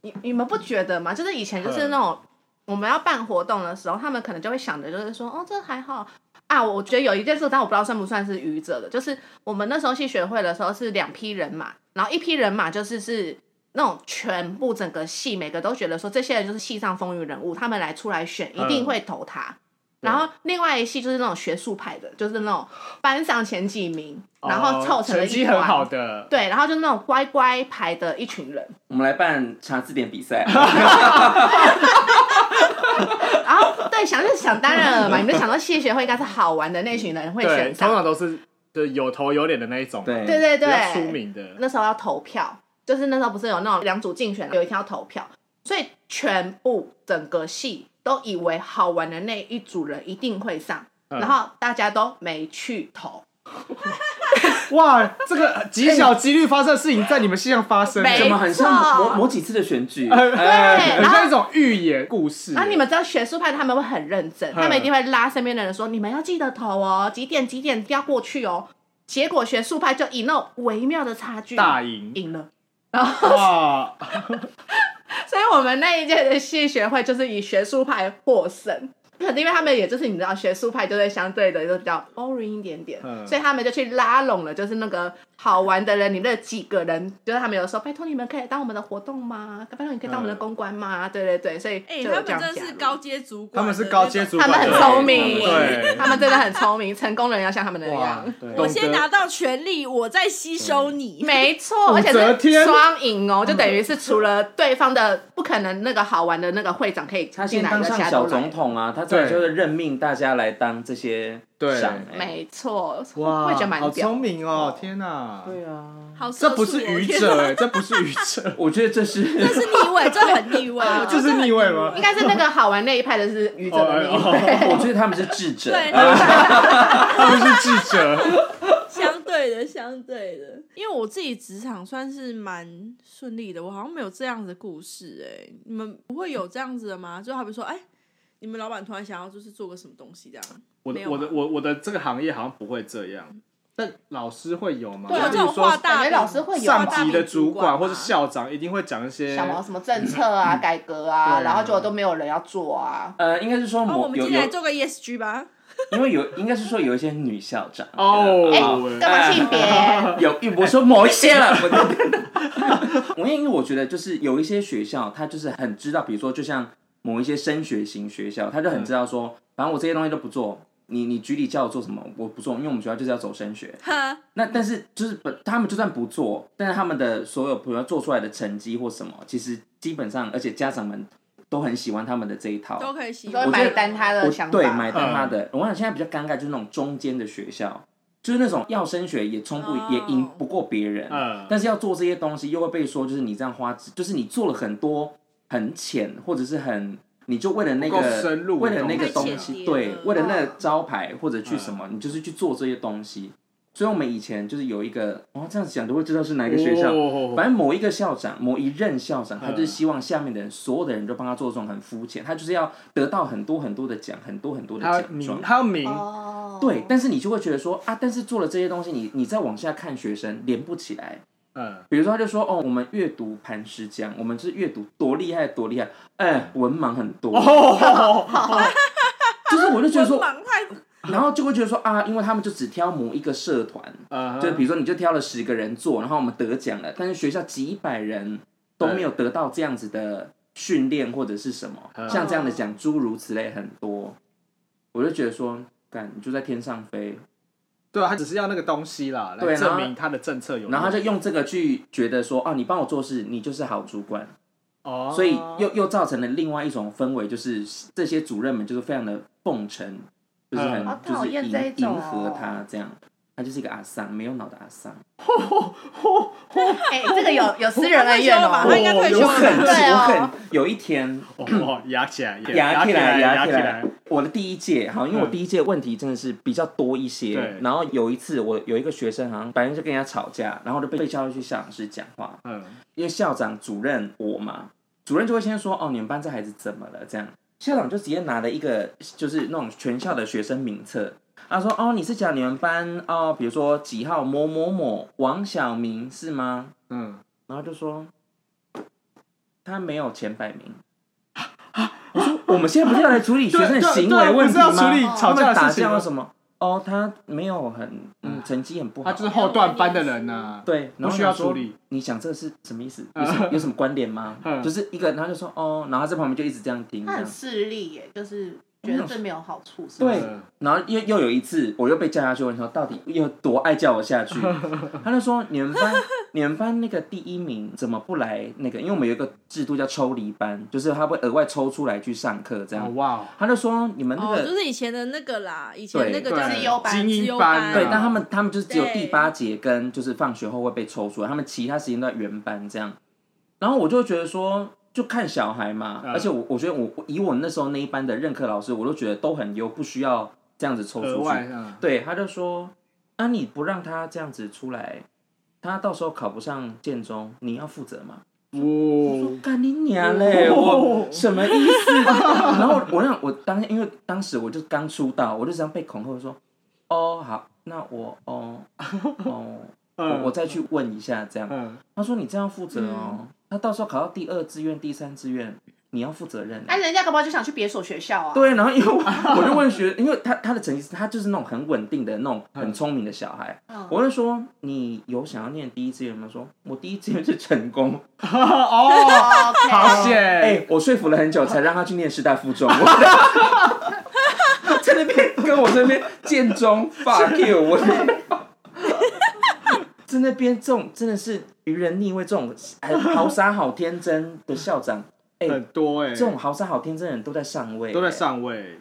Speaker 5: 你你们不觉得吗？就是以前就是那种我们要办活动的时候，他们可能就会想着就是说，哦，这还好啊。我觉得有一件事，但我不知道算不算是愚者的，就是我们那时候去学会的时候是两批人马，然后一批人马就是是。那种全部整个系每个都觉得说这些人就是系上风云人物，他们来出来选
Speaker 4: 嗯
Speaker 5: 一定会投他。然后另外一系就是那种学术派的，就是那种班上前几名，哦然后凑成了
Speaker 4: 哦成
Speaker 5: 一
Speaker 4: 绩很
Speaker 5: 团
Speaker 4: 好的，
Speaker 5: 对，然后就那种乖乖牌的一群人，
Speaker 3: 我们来办查字典比 赛，
Speaker 5: 然后对，想就想当然了 嘛，你们就想到谢学会应该是好玩的那群人会
Speaker 4: 对，
Speaker 5: 选
Speaker 4: 通常
Speaker 5: 上，
Speaker 4: 都是就是有头有脸的那一种，，
Speaker 3: 对
Speaker 5: 对对
Speaker 4: 比较出
Speaker 5: 对，
Speaker 4: 名的，
Speaker 5: 那时候要投票，就是那时候不是有那种两组竞选，有一天要投票，所以全部整个系都以为好玩的那一组人一定会上，
Speaker 4: 嗯
Speaker 5: 然后大家都没去投，
Speaker 4: 哇，这个极小几率发生的事情在你们身上发生，
Speaker 5: 没
Speaker 4: 怎
Speaker 3: 怎
Speaker 4: 么
Speaker 3: 么很像
Speaker 5: 错哎
Speaker 3: 某某几次的选举？哎
Speaker 5: 对
Speaker 4: 很
Speaker 5: 然后
Speaker 4: 像一种寓言故事。
Speaker 5: 啊，你们知道学术派他们会很认
Speaker 4: 嗯
Speaker 5: 真，他们一定会拉身边的人说：“你们要记得投哦，几点几点要过去哦。”结果学术派就以那种微妙的差距
Speaker 4: 大赢
Speaker 5: 赢了，
Speaker 4: 哇，
Speaker 5: 所以我们那一届的系学会就是以学术派获胜。可是因为他们也就是你知道学术派就会相对的就比较 boring 一点点，
Speaker 4: 嗯
Speaker 5: 所以他们就去拉拢了，就是那个好玩的人，你那几个人，就是他们有说拜托你们可以当我们的活动吗？拜托你可以当我们的
Speaker 4: 嗯
Speaker 5: 公关吗？对对对，所以
Speaker 6: 哎、
Speaker 5: 就
Speaker 6: 他
Speaker 5: 有
Speaker 6: 们
Speaker 5: 这样
Speaker 6: 真的
Speaker 5: 加
Speaker 6: 是
Speaker 5: 入
Speaker 6: 高阶主管，
Speaker 4: 他们是高阶。主
Speaker 5: 他
Speaker 4: 管
Speaker 5: 们
Speaker 4: 的，
Speaker 5: 很聪明，
Speaker 6: 哦
Speaker 4: 对
Speaker 5: 他们真的很聪明，成功人要像他们那
Speaker 3: 哇
Speaker 5: 样，，
Speaker 4: 对
Speaker 6: 我先拿到权力，我再吸收你。
Speaker 5: 没错，
Speaker 4: 武
Speaker 5: 而且
Speaker 4: 则天
Speaker 5: 是双赢哦，就等于是除了对方的不可能那个好玩的那个会长可以
Speaker 3: 他
Speaker 5: 进
Speaker 3: 先
Speaker 5: 来
Speaker 3: 当
Speaker 5: 的，
Speaker 3: 上
Speaker 5: 其他
Speaker 3: 小
Speaker 5: 都
Speaker 3: 总
Speaker 5: 来。
Speaker 3: 统啊，他再就是任命大家来当这些
Speaker 4: 对
Speaker 3: 长哎
Speaker 5: 没错，
Speaker 4: 哇，
Speaker 5: 会觉得蛮
Speaker 4: 好
Speaker 5: 屌
Speaker 4: 聪明哦，天哪，
Speaker 3: 对啊，，
Speaker 6: 好色素
Speaker 4: 这
Speaker 6: 哦，
Speaker 4: 不是愚
Speaker 6: 天
Speaker 4: 者，哎这不是愚者
Speaker 3: 我觉得这是
Speaker 6: 这是逆位，这很逆 位，我觉得
Speaker 4: 这是逆位吗
Speaker 6: 很
Speaker 5: 应该是那个好玩那一派的是愚者
Speaker 4: 哦哎
Speaker 5: 的那
Speaker 3: 哦
Speaker 5: 一派，
Speaker 3: 我觉得他们是智者，
Speaker 6: 对，那是
Speaker 4: 他不是智 者，
Speaker 6: 相对的，相对的。因为我自己职场算是蛮顺利的，我好像没有这样子的故事哎、你们不会有这样子的吗？就好比说，哎、你们老板突然想要就是做个什么东西这样，
Speaker 4: 我
Speaker 6: 没
Speaker 4: 的
Speaker 6: 有吗
Speaker 4: 我的我我的这个行业好像不会这样，但老师会有吗？
Speaker 5: 对啊
Speaker 6: 有
Speaker 4: 就
Speaker 6: 这
Speaker 4: 是
Speaker 6: 种
Speaker 4: 你
Speaker 6: 画
Speaker 4: 说
Speaker 6: 大饼
Speaker 5: 感觉老师会有啊
Speaker 4: 上
Speaker 6: 画大
Speaker 4: 级
Speaker 6: 饼
Speaker 4: 的主管
Speaker 6: 嘛
Speaker 4: 或是校长一定会讲一
Speaker 3: 哦
Speaker 4: 些
Speaker 5: 想要什么政策啊、
Speaker 3: 嗯
Speaker 5: 改革啊，
Speaker 4: 对
Speaker 5: 然后结果都没有人要做啊。
Speaker 3: 呃，应该是说
Speaker 6: 哦，我
Speaker 3: 某
Speaker 6: 们
Speaker 3: 有
Speaker 6: 今天来
Speaker 3: 有，
Speaker 6: 做个 ESG 吧。
Speaker 3: 因为有应该是说有一些女校长
Speaker 4: 哦，
Speaker 3: 啊
Speaker 5: 哎，
Speaker 4: 哎
Speaker 5: 干嘛性别？
Speaker 3: 有，我说某一些了。 我因为我觉得就是有一些学校，他就是很知道，比如说就像某一些升学型学校，他就很知道说，反正我这些东西都不做，你你局里叫我做什么，我不做，因为我们学校就是要走升学。
Speaker 6: 哈，
Speaker 3: 那但是就是本他们就算不做，但是他们的所有比如说做出来的成绩或什么，其实基本上，而且家长们都很喜欢他们的这一套，
Speaker 6: 都可以洗。
Speaker 5: 都会
Speaker 3: 我觉得
Speaker 5: 买单他的
Speaker 3: 我
Speaker 5: 想法，
Speaker 3: 对买
Speaker 4: 嗯
Speaker 3: 单他的。我想现在比较尴尬就是那种中间的学校，就是那种要升学也冲不、
Speaker 6: 哦
Speaker 3: 也赢不过别人，
Speaker 4: 嗯
Speaker 3: 但是要做这些东西又会被说就是你这样花，就是你做了很多很浅或者是很。你就为了那
Speaker 4: 不
Speaker 3: 个
Speaker 4: 够深入的嗯
Speaker 3: 为了那个
Speaker 4: 东
Speaker 3: 东
Speaker 4: 西
Speaker 3: 西，对
Speaker 5: 嗯
Speaker 6: 太浅，了
Speaker 3: 为了那个招牌或者去什么，你就是去做这些东西，所以我们以前就是有一个，哦，这样讲都会知道是哪一个学校。
Speaker 4: 哦
Speaker 3: 反正某一个校长，某一任校长，他就是
Speaker 4: 嗯
Speaker 3: 希望下面的人，所有的人都帮他做这种很肤浅，他就是要得到很多很多的奖，很多很多的
Speaker 4: 他
Speaker 3: 奖状
Speaker 4: 名，。他名，
Speaker 5: 哦，
Speaker 3: 对，但是你就会觉得说啊，但是做了这些东西，你你再往下看学生连不起来。
Speaker 4: 嗯，
Speaker 3: 比如说，他就说哦，我们阅读磐石奖，我们是阅读多厉害多厉害，哎、文盲很多，
Speaker 4: 哦，
Speaker 3: 就是我就觉得说，
Speaker 6: 忙太
Speaker 3: 然后就会觉得说啊，因为他们就只挑某一个社团，
Speaker 4: 嗯
Speaker 3: 就比如说你就挑了十个人做，然后我们得奖了，但是学校几百人都没有得到这样子的训练或者是什么，
Speaker 4: 嗯
Speaker 3: 像这样的奖，诸如此类很多，我就觉得说，干你就在天上飞，
Speaker 4: 对啊，他只是要那个东西啦，来
Speaker 3: 对然
Speaker 4: 证
Speaker 3: 后
Speaker 4: 明他的政策有用，
Speaker 3: 然后他就用这个去觉得说，哦，你帮我做事，你就是好主管，
Speaker 4: 哦，
Speaker 3: 所以又又造成了另外一种氛围，就是这些主任们就是非常的奉承，就是很、
Speaker 4: 嗯
Speaker 5: 好
Speaker 3: 就
Speaker 5: 哦讨
Speaker 3: 是
Speaker 5: 厌
Speaker 3: 迎
Speaker 5: 这一
Speaker 3: 迎
Speaker 5: 种
Speaker 3: 合
Speaker 5: 哦
Speaker 3: 他这样，他就是一个阿桑，没有脑的阿桑，
Speaker 5: 哎，这 个有有私人恩
Speaker 6: 退休
Speaker 5: 怨
Speaker 6: 了吧？
Speaker 5: 哦
Speaker 6: 他。应该退休
Speaker 3: 有
Speaker 6: 了
Speaker 3: 很
Speaker 6: 吧。
Speaker 5: 对
Speaker 3: 有
Speaker 5: 哦
Speaker 3: 很有一天
Speaker 4: 哦 压 起来，
Speaker 3: 牙起来
Speaker 4: 牙
Speaker 3: 牙
Speaker 4: 起
Speaker 3: 起
Speaker 4: 来
Speaker 3: 来，，我的第一届好，因为我
Speaker 4: 嗯
Speaker 3: 第一届问题真的是比较多一些
Speaker 4: 对，
Speaker 3: 然后有一次我有一个学生好像反正就跟人家吵架，然后就被被叫去校长室讲话，
Speaker 4: 嗯，
Speaker 3: 因为校长、主任我嘛，主任就会先说哦，你们班这孩子怎么了？这样，校长就直接拿了一个就是那种全校的学生名册，他说哦，你是讲你们班哦，比如说几号某某某王小明是吗？
Speaker 4: 嗯，
Speaker 3: 然后就说他没有前百名。我说我们现在不是要来处理学生的行为问题
Speaker 4: 啊对对对不是要处理
Speaker 3: 吗？
Speaker 4: 吵架的
Speaker 3: 他们打
Speaker 4: 事情
Speaker 3: 架
Speaker 4: 吗
Speaker 3: 什么？哦，他没有很嗯，成绩很不好。
Speaker 4: 他就是后段班的人呐，
Speaker 3: 对，然
Speaker 4: 不
Speaker 3: 后
Speaker 4: 需要
Speaker 3: 他说
Speaker 4: 处理。
Speaker 3: 你讲这是什么意思？有 什么有什么关联吗
Speaker 4: 嗯？
Speaker 3: 就是一个，然后就说哦，然后他在旁边就一直这样听，这
Speaker 5: 他很
Speaker 3: 样。
Speaker 5: 势利耶，就是觉得这没有好处，是吗？
Speaker 3: 对
Speaker 4: 嗯，
Speaker 3: 然后又又有一次，我又被叫下去，我说到底有多爱叫我 下去？他就说你们班你们班那个第一名怎么不来那个？因为我们有一个制度叫抽离班，就是他会额外抽出来去上课这
Speaker 4: 哦
Speaker 3: 样。
Speaker 4: 哇哦，
Speaker 3: 他就说你们那
Speaker 6: 哦，就
Speaker 3: 个
Speaker 6: 是以前的那个啦，以前那个叫
Speaker 4: 对
Speaker 5: 资优班
Speaker 4: 精
Speaker 6: 资
Speaker 4: 英
Speaker 6: 优
Speaker 4: 班，
Speaker 6: 班
Speaker 3: 对，
Speaker 6: 啊
Speaker 3: 但他们他们就是只有
Speaker 6: 对
Speaker 3: 第八节跟就是放学后会被抽出来，他们其他时间都在原班这样。然后我就觉得说，就看小孩嘛，
Speaker 4: 嗯
Speaker 3: 而且我我觉得我我以我那时候那一班的任课老师，我都觉得都很优，不需要这样子抽
Speaker 4: 额
Speaker 3: 出
Speaker 4: 外
Speaker 3: 去。
Speaker 4: 嗯
Speaker 3: 对，他就说：“啊，你不让他这样子出来，他到时候考不上建中，你要负责吗？”
Speaker 4: 哦，
Speaker 3: 干你娘嘞！我什么意思？ 然后我让我当因为当时我就刚出道，我就这样被恐吓说：“哦，好，那我哦哦，我我再去问一下这样。”
Speaker 4: 嗯，
Speaker 3: 他说：“你这样负责哦，他到时候考到第二志愿、第三志愿，你要负责任。”
Speaker 5: 哎，人家搞不好就想去别所学校啊。
Speaker 3: 对，然后因为我我就问学，因为他他的成绩是，他就是那种很稳定的那种很聪明的小孩。
Speaker 5: 嗯
Speaker 3: 我就说你有想要念第一志愿吗？说我第一志愿是成功。
Speaker 4: 哦，
Speaker 5: 哦，OK，
Speaker 4: 好
Speaker 3: 哎、
Speaker 4: 险，
Speaker 3: 我说服了很久才让他去念师大附中。 我在那边跟我这边建中 fuck you，我 在那边这种真的是愚人逆位，这种哎好傻好天真的校长，哎、
Speaker 4: 很多哎，
Speaker 3: 这种好傻好天真的人都在上位、
Speaker 4: 都在上位，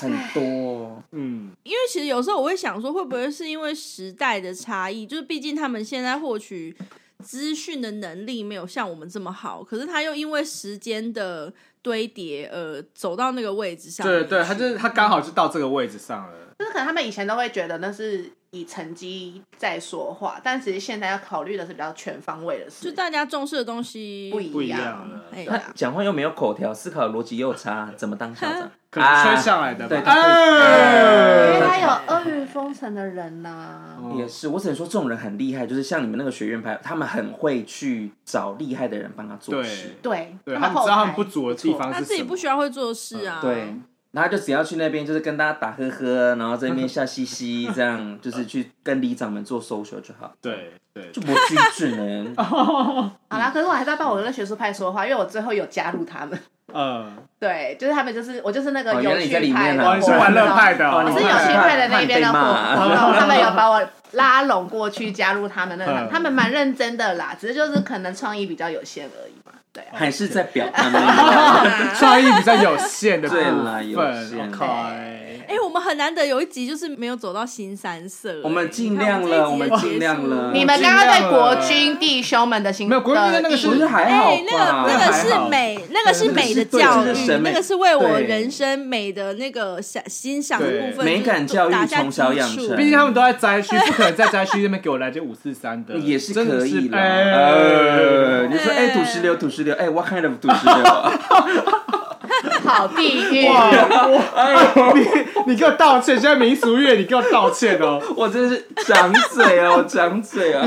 Speaker 3: 很多。
Speaker 4: 嗯，
Speaker 6: 因为其实有时候我会想说，会不会是因为时代的差异？就是毕竟他们现在获取资讯的能力没有像我们这么好，可是他又因为时间的堆叠，呃，走到那个位置上面
Speaker 4: 对
Speaker 6: 去。
Speaker 4: 对，他就是他刚好就到这个位置上了，
Speaker 5: 就是可能他们以前都会觉得那是以成绩在说话，但其实现在要考虑的是比较全方位的
Speaker 6: 就
Speaker 5: 事，
Speaker 6: 大家重视的东西
Speaker 5: 不一
Speaker 4: 不一
Speaker 5: 样
Speaker 4: 样。了，
Speaker 6: 哎
Speaker 3: 他
Speaker 6: 呀，
Speaker 3: 讲话又没有口条，思考的逻辑又差，怎么当校长？啊
Speaker 4: 可能吹上来的
Speaker 3: 对
Speaker 4: 吧，
Speaker 3: 对对
Speaker 5: 因为
Speaker 4: 哎
Speaker 5: 他有阿谀奉承的人呐、
Speaker 4: 哦
Speaker 3: 也是，我只能说这种人很厉害，就是像你们那个学院派，他们很会去找厉害的人帮他做事
Speaker 4: 对。
Speaker 5: 对，
Speaker 4: 对，他
Speaker 5: 他
Speaker 4: 们知道他们不
Speaker 5: 后
Speaker 4: 足的地方
Speaker 6: 他
Speaker 4: 是
Speaker 6: 自己
Speaker 4: 什么
Speaker 6: 不，需要会做事啊。
Speaker 3: 嗯对，然后就只要去那边，就是跟大家打呵呵，然后在那边笑嘻 嘻，这样就是去跟里长们做 social 就好，
Speaker 4: 对对，
Speaker 3: 就不拘谨 人。
Speaker 4: 哦
Speaker 5: 台
Speaker 4: 嗯
Speaker 5: 好啦，可是我还是要帮我的学术派说话，因为我最后有加入他们。
Speaker 4: 嗯，
Speaker 5: 对，就是他们就是我就是那个
Speaker 3: 哦
Speaker 5: 有
Speaker 3: 原来你在
Speaker 5: 趣
Speaker 3: 里
Speaker 5: 派
Speaker 3: 面
Speaker 5: 的
Speaker 3: 啊
Speaker 5: 活
Speaker 4: 哦，
Speaker 5: 动，
Speaker 4: 你是玩乐派的哦，
Speaker 5: 我
Speaker 3: 你
Speaker 5: 是
Speaker 3: 是
Speaker 5: 有
Speaker 3: 玩乐
Speaker 5: 趣
Speaker 3: 派
Speaker 5: 派的那一边的活
Speaker 3: 怕你被
Speaker 5: 动，他们有把我拉拢过去加入他们那
Speaker 4: 嗯
Speaker 5: 个，他们蛮认真的啦，只是就是可能创意比较有限而已嘛。对啊，
Speaker 3: 还是在 表他们。
Speaker 4: 创意比较有限的部
Speaker 3: 对啦有
Speaker 4: 分
Speaker 3: 限
Speaker 4: ，OK，
Speaker 6: 哎、我们们很难得有一集就是没有走到新三色。
Speaker 3: 我们
Speaker 6: 哎
Speaker 3: 尽
Speaker 6: 你看
Speaker 3: 量了
Speaker 6: 我们
Speaker 3: 我们
Speaker 6: 这一集的
Speaker 3: 尽量
Speaker 6: 结束
Speaker 3: 了
Speaker 5: 你们刚刚对国军弟兄们的心
Speaker 4: 嗯
Speaker 5: 呃
Speaker 4: 没有国军弟兄那个是
Speaker 3: 不是还好
Speaker 6: 哎
Speaker 3: 吧？，
Speaker 6: 那个那个
Speaker 4: 还好
Speaker 6: 是美，那个是美的
Speaker 3: 对
Speaker 6: 教
Speaker 3: 这是审
Speaker 6: 育，
Speaker 3: 美
Speaker 6: 那个是为我
Speaker 3: 对
Speaker 6: 人生美的那个想欣赏的
Speaker 4: 对
Speaker 6: 部分，
Speaker 3: 美感
Speaker 6: 就是
Speaker 3: 教育
Speaker 6: 打下
Speaker 3: 从小
Speaker 6: 基
Speaker 3: 养
Speaker 6: 础
Speaker 3: 成
Speaker 4: 毕竟他们都在灾区，不可能在灾区那边给我来这五四三的，
Speaker 3: 也是
Speaker 4: 真的
Speaker 3: 可
Speaker 4: 是
Speaker 3: 以啦。
Speaker 4: 哎
Speaker 3: 呃，你说哎，土石流，土石流，哎，what kind of 土石流？
Speaker 5: 好地狱，
Speaker 4: 你给我道歉！现在民俗乐，你给我道歉哦！
Speaker 3: 我真的是长嘴啊，我长嘴啊，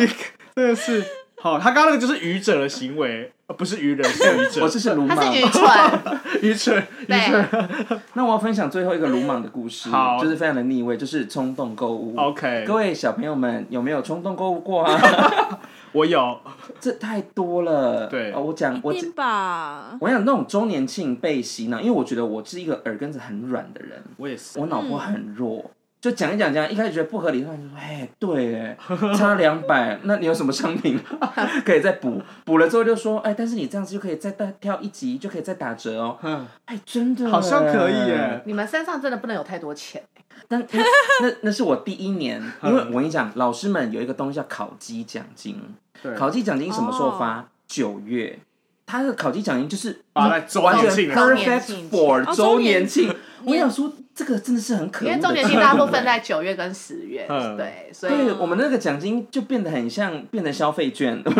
Speaker 4: 真的是，好，他刚刚那个就是愚者的行为，呃不是愚人，是愚者，
Speaker 3: 我这是鲁
Speaker 5: 他
Speaker 3: 莽
Speaker 5: 是。愚蠢，
Speaker 4: 愚蠢，愚蠢。
Speaker 3: 那我要分享最后一个鲁莽的故事，
Speaker 4: 好
Speaker 3: 就是非常的逆位，就是冲动购物。
Speaker 4: OK，
Speaker 3: 各位小朋友们有没有冲动购物过 啊？
Speaker 4: 我有，
Speaker 3: 这太多了。
Speaker 4: 对
Speaker 3: 哦、我讲我
Speaker 6: 一定吧。
Speaker 3: 我想那种周年庆被洗脑，因为我觉得我是一个耳根子很软的人，
Speaker 4: 我也是，
Speaker 3: 我
Speaker 6: 嗯
Speaker 3: 脑波很弱。就讲一讲讲，一开始觉得不合理，突然就说：“哎，对，哎，差两百，那你有什么商品 可以再补？补了之后就说：哎，但是你这样子就可以再带跳一集，就可以再打折哦。
Speaker 4: 哼
Speaker 3: 哎，真的，
Speaker 4: 好像可以耶。
Speaker 5: 你们身上真的不能有太多钱，
Speaker 3: 但那那那是我第一年，因
Speaker 4: 嗯
Speaker 3: 为我跟你讲，老师们有一个东西叫烤鸡奖金。
Speaker 4: 对
Speaker 3: 烤鸡奖金什么时候发？九、月。他的烤鸡奖金就是
Speaker 4: 发在周
Speaker 3: 完
Speaker 4: 年
Speaker 3: 全
Speaker 4: 庆的时候
Speaker 3: perfect for
Speaker 6: 哦
Speaker 3: 周
Speaker 6: 周
Speaker 3: 年
Speaker 6: 年
Speaker 3: 庆。我想说，这个真的是很可恶
Speaker 5: 因
Speaker 3: 的
Speaker 5: 为
Speaker 3: 制度。
Speaker 5: 重点是大部分在九月跟十月，
Speaker 4: 嗯
Speaker 5: 对，所以
Speaker 3: 对我们那个奖金就变得很像变得消费券， 就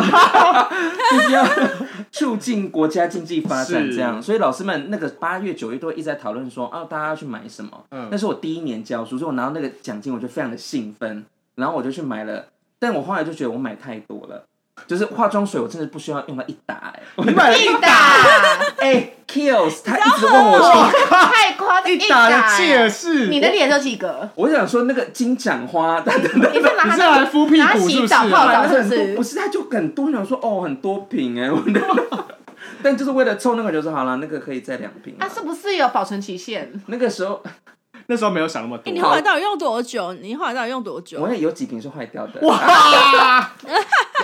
Speaker 3: 是 要促进国家经济发展
Speaker 4: 是
Speaker 3: 这样。所以老师们那个八月九月都一直在讨论说，啊，大家要去买什么？
Speaker 4: 嗯
Speaker 3: 那是我第一年教书，所以我拿到那个奖金，我就非常的兴奋，然后我就去买了。但我后来就觉得我买太多了，就是化妆水我真的不需要用到一打、欸，我
Speaker 4: 你买了一
Speaker 5: 一打
Speaker 3: 哎、Kills，他一直问我说，
Speaker 5: 太夸张，
Speaker 4: 一打的
Speaker 5: 哎
Speaker 4: 戒是，
Speaker 5: 你的脸有几个？
Speaker 3: 我想说那个金盏花，等等等。
Speaker 5: 你是拿
Speaker 4: 你
Speaker 5: 它
Speaker 4: 是来敷屁
Speaker 5: 拿
Speaker 4: 股是
Speaker 5: 洗
Speaker 4: 不是
Speaker 5: 澡泡
Speaker 4: 啊？
Speaker 5: 澡是
Speaker 3: 很
Speaker 5: 不
Speaker 3: 多，
Speaker 5: 是
Speaker 3: 不？是，他就很多人说哦，很多瓶哎、我的，但就是为了凑那个，就是好了，那个可以再两瓶啊、
Speaker 5: 它是不是有保存期限？
Speaker 3: 那个时候
Speaker 4: 那时候没有想那么
Speaker 6: 哎
Speaker 4: 多
Speaker 6: 你。后来到底用多久？你后来到底用多久
Speaker 3: 我？也有几瓶是坏掉的，
Speaker 4: 哇，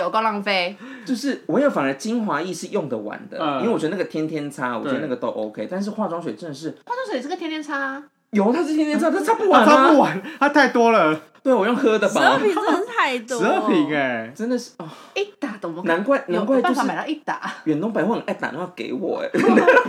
Speaker 5: 有够浪费，
Speaker 3: 就是我也反而精华液是用得完的，
Speaker 4: 嗯
Speaker 3: 因为我觉得那个天天擦，我觉得
Speaker 4: 对
Speaker 3: 那个都 OK，但是化妆水真的是
Speaker 5: 化妆水这个天天擦啊，
Speaker 3: 油，它是天天擦，它擦不完、
Speaker 4: 他
Speaker 3: 啊，
Speaker 4: 擦不。完，他太多了，
Speaker 3: 对我用喝的
Speaker 6: 十二
Speaker 3: 吧，
Speaker 6: 瓶真的是太多，
Speaker 4: 十二瓶哎，
Speaker 3: 真的是哦，
Speaker 5: 一打怎么可能
Speaker 3: 难怪难怪
Speaker 5: 有
Speaker 3: 就
Speaker 5: 办
Speaker 3: 是
Speaker 5: 法买到一打？
Speaker 3: 远东百货很爱打电话给我哎、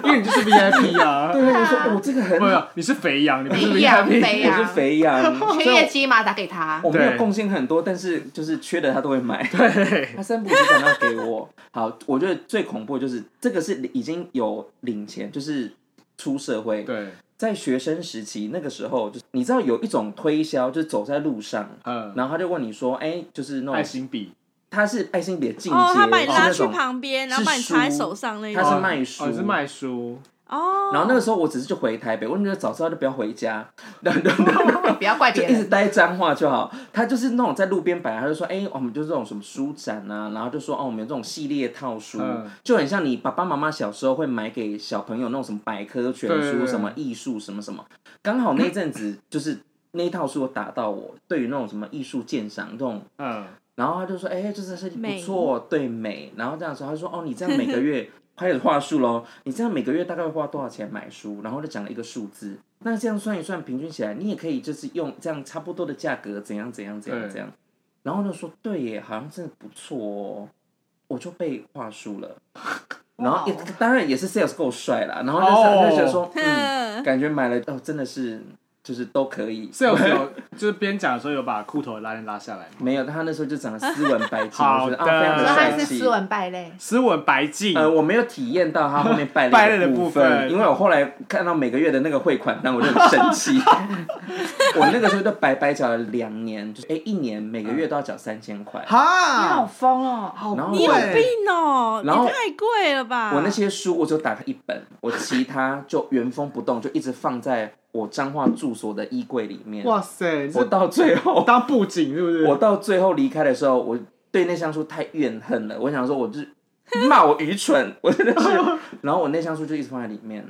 Speaker 4: 因为你就是 VIP 啊，
Speaker 3: 对，我说哦这个很
Speaker 4: 没
Speaker 3: 好，
Speaker 4: 有，你是肥羊，你不是
Speaker 5: 肥羊
Speaker 4: VIP，
Speaker 5: 肥
Speaker 3: 我
Speaker 5: 羊
Speaker 3: 是肥 羊，
Speaker 5: 缺业绩嘛，打给他。
Speaker 3: 我没有
Speaker 4: 对
Speaker 3: 贡献很多，但是就是缺的他都会买。
Speaker 4: 对，
Speaker 3: 他三不五时想要给我。好，我觉得最恐怖的就是这个是已经有领钱，就是出社会，
Speaker 4: 对，
Speaker 3: 在学生时期那个时候，就是你知道有一种推销，就是走在路上，
Speaker 4: 嗯，
Speaker 3: 然后他就问你说，哎、就是那
Speaker 4: 爱
Speaker 3: 种
Speaker 4: 心笔，
Speaker 3: 他是爱心笔的进阶，
Speaker 6: 哦，他把你
Speaker 3: 是
Speaker 6: 拉
Speaker 3: 那
Speaker 6: 去
Speaker 3: 种
Speaker 6: 旁边，然后
Speaker 3: 是
Speaker 6: 把你插在
Speaker 3: 书
Speaker 6: 手上那
Speaker 3: 他是
Speaker 6: 种。
Speaker 3: 卖书
Speaker 4: 哦，是卖书，
Speaker 6: 哦，
Speaker 3: 然后那个时候我只是就回台北，我就觉得早知道就不要回家，然后
Speaker 4: 哦
Speaker 5: 不要怪
Speaker 3: 就
Speaker 5: 别
Speaker 3: 一直
Speaker 5: 人，
Speaker 3: 待脏话就好。他就是那种在路边摆，他就说：“哎、我们就是这种什么书展啊，然后就说哦，我们有这种系列套书，
Speaker 4: 嗯
Speaker 3: 就很像你爸爸妈妈小时候会买给小朋友那种什么百科全书、
Speaker 4: 对对对
Speaker 3: 什么艺术什么什么。刚好那阵子就是那一套书有打到我，对于那种什么艺术鉴赏这种。”
Speaker 4: 嗯，
Speaker 3: 然后他就说：“哎、这真是不
Speaker 6: 美
Speaker 3: 错，对美。”然后这样说，他说：“哦，你这样每个月 开始话术喽，你这样每个月大概会花多少钱买书？”然后就讲了一个数字。那这样算一算，平均起来，你也可以就是用这样差不多的价格，怎样怎样怎样
Speaker 4: 对
Speaker 3: 怎样。然后就说：“对耶，好像真的不错哦。”我就被话术了。然后也
Speaker 5: 哇哦
Speaker 3: 当然也是 sales 够帅啦，然后就是、
Speaker 4: 哦
Speaker 3: 就觉得说，嗯，
Speaker 6: 嗯，
Speaker 3: 感觉买了哦，真的是就是都可以。
Speaker 4: 是有有，就是边讲的时候有把裤头的拉链拉下来吗，
Speaker 3: 没有，他那时候就长得斯文白净，
Speaker 4: 好
Speaker 3: 我觉得啊，非常
Speaker 5: 说
Speaker 3: 的
Speaker 4: 那
Speaker 5: 他
Speaker 3: 帅
Speaker 5: 是
Speaker 3: 气。
Speaker 5: 斯文败类，
Speaker 4: 斯文白净，
Speaker 3: 呃，我没有体验到他后面败
Speaker 4: 败
Speaker 3: 类
Speaker 4: 类的部
Speaker 3: 部
Speaker 4: 分
Speaker 3: 因为我后来看到每个月的那个汇款单，我就很生 气。 我那个时候就白白缴了两年，就是哎、一年每个月都要缴三千块。
Speaker 5: 你好
Speaker 4: 哈，
Speaker 5: 疯哦！
Speaker 4: 嗯好
Speaker 3: 然后
Speaker 6: 你有
Speaker 3: 我
Speaker 4: 贵，
Speaker 6: 病哦，
Speaker 3: 然后
Speaker 6: 你太贵了吧？
Speaker 3: 我那些书我就打开一本，我其他就原封不动，就一直放在我彰化住所的衣柜里面。
Speaker 4: 哇塞，你
Speaker 3: 我
Speaker 4: 是
Speaker 3: 到最后，
Speaker 4: 当布景是不 是？
Speaker 3: 我到最后离开的时候，我对那箱书太怨恨了。我想说，我就是骂我愚蠢，我真的是。 然后我那箱书就一直放在里面，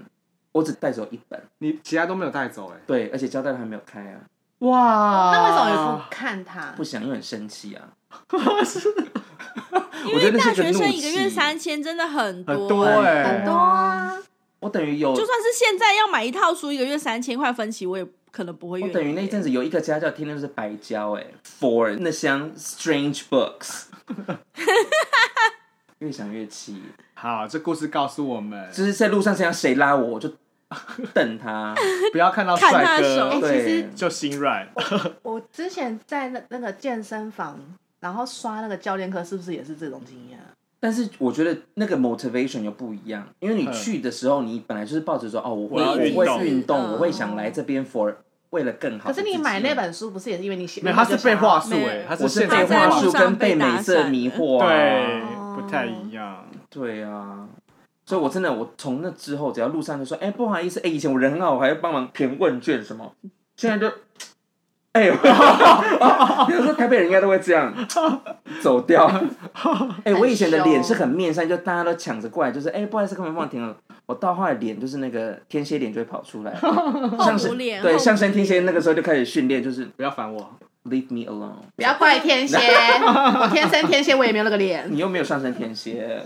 Speaker 3: 我只带走一本。
Speaker 4: 你其他都没有带走哎，
Speaker 3: 对，而且胶带还没有开啊，
Speaker 4: 哇，
Speaker 5: 那为什么你不看他
Speaker 3: 不？想，因为很生气啊。
Speaker 6: 因
Speaker 3: 我觉
Speaker 6: 为
Speaker 3: 得那是
Speaker 6: 大学生
Speaker 3: 一个怒
Speaker 6: 一个月
Speaker 3: 气，
Speaker 6: 三千真的很多
Speaker 4: 很多
Speaker 6: 哎
Speaker 4: 哎
Speaker 3: 欸
Speaker 5: 很多啊，
Speaker 3: 我等于有哦
Speaker 6: 就算是现在要买一套书，一个月三千块分期，我也可能不会
Speaker 3: 我
Speaker 6: 愿意。
Speaker 3: 哦等于那阵子有一个家教听的就是白教哎、for 那箱 strange books，越想越气，
Speaker 4: 好，这故事告诉我们，
Speaker 3: 就是在路上这样谁拉我我就瞪他，
Speaker 4: 不要看到
Speaker 6: 看他
Speaker 4: 帅
Speaker 6: 的手 哎
Speaker 5: 哎
Speaker 3: 对，
Speaker 5: 其
Speaker 4: 哥
Speaker 5: 实
Speaker 4: 就心 软。
Speaker 5: 我之前在那那个健身房，然后刷那个教练课，是不是也是这种经验啊？
Speaker 3: 但是我觉得那个 motivation 又不一样，因为你
Speaker 4: 嗯
Speaker 3: 去的时候，你本来就是抱着说，哦，我
Speaker 4: 我
Speaker 3: 会
Speaker 4: 要运
Speaker 3: 会
Speaker 4: 动
Speaker 3: 运动，
Speaker 6: 嗯
Speaker 3: 我会想来这边 for 为了更好
Speaker 5: 可
Speaker 3: 的
Speaker 5: 是
Speaker 3: 自己。
Speaker 5: 你买那本书，不是也是因为你写？
Speaker 4: 没有，他是被话术
Speaker 6: 没有
Speaker 4: 哎，他
Speaker 3: 我是
Speaker 4: 现场
Speaker 3: 被
Speaker 6: 在
Speaker 3: 话
Speaker 6: 路
Speaker 3: 术
Speaker 6: 上
Speaker 3: 跟
Speaker 6: 被
Speaker 3: 美
Speaker 6: 打
Speaker 3: 色
Speaker 6: 散
Speaker 3: 迷
Speaker 6: 了
Speaker 3: 惑、
Speaker 4: 对
Speaker 3: 啊，，
Speaker 5: 哦
Speaker 4: 不太一样。
Speaker 3: 对啊。所以，我真的，我从那之后，只要路上就说，哎、不好意思，哎、以前我人很好，我还会帮忙填问卷什么，现在就，哎、比如说台北人应该都会这样走掉。哎、我以前的脸是很面善，就大家都抢着过来，就是哎、不好意思，干嘛帮我填了？我到后来脸就是那个天蝎脸就会跑 出来，上
Speaker 6: 后母
Speaker 3: 升
Speaker 6: 脸
Speaker 3: 对
Speaker 6: 后母
Speaker 3: 上升天蝎那个时候就开始训练，就是
Speaker 4: 不要烦我，
Speaker 3: leave me alone，
Speaker 5: 不要怪 天蝎，我天生天蝎，我也没有那个脸。
Speaker 3: 你又没有上升天蝎，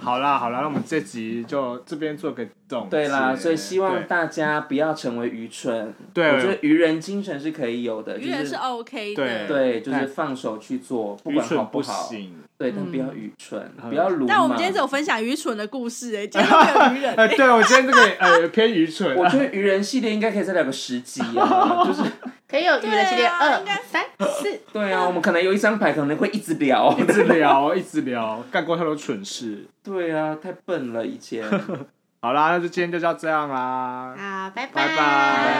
Speaker 4: 好啦好啦，那我们这集就这边做个总结。
Speaker 3: 对啦，所以希望
Speaker 4: 对
Speaker 3: 大家不要成为愚蠢，
Speaker 4: 对
Speaker 3: 我觉得愚人精神是可以有的，就
Speaker 6: 愚人是
Speaker 3: 是
Speaker 6: OK
Speaker 4: 对
Speaker 6: 的，
Speaker 3: 对，就是
Speaker 4: 但
Speaker 3: 放手去做，不
Speaker 4: 愚
Speaker 3: 管好
Speaker 4: 蠢
Speaker 3: 不
Speaker 4: 不
Speaker 3: 好，
Speaker 4: 行。嗯
Speaker 3: 对，但不要愚蠢，不要
Speaker 6: 嗯
Speaker 3: 鲁莽。
Speaker 6: 但我们今天只有分享愚蠢的故事、哎，今天都没有愚人。
Speaker 4: 呃，对我今天这个呃偏愚 蠢，
Speaker 3: 我觉得愚人系列应该可以再聊个十集 啊，就是
Speaker 5: 可以有娱乐系列
Speaker 6: 对啊
Speaker 5: 二
Speaker 6: 应该、
Speaker 5: 三、四，
Speaker 3: 对啊，我们可能有一张牌可能会一直聊。
Speaker 4: 一直聊一直聊，干过太多蠢事。
Speaker 3: 对啊，太笨了以前。
Speaker 4: 好啦，那就今天就到这样啦，
Speaker 5: 好，拜
Speaker 4: 拜
Speaker 5: 拜
Speaker 4: 拜。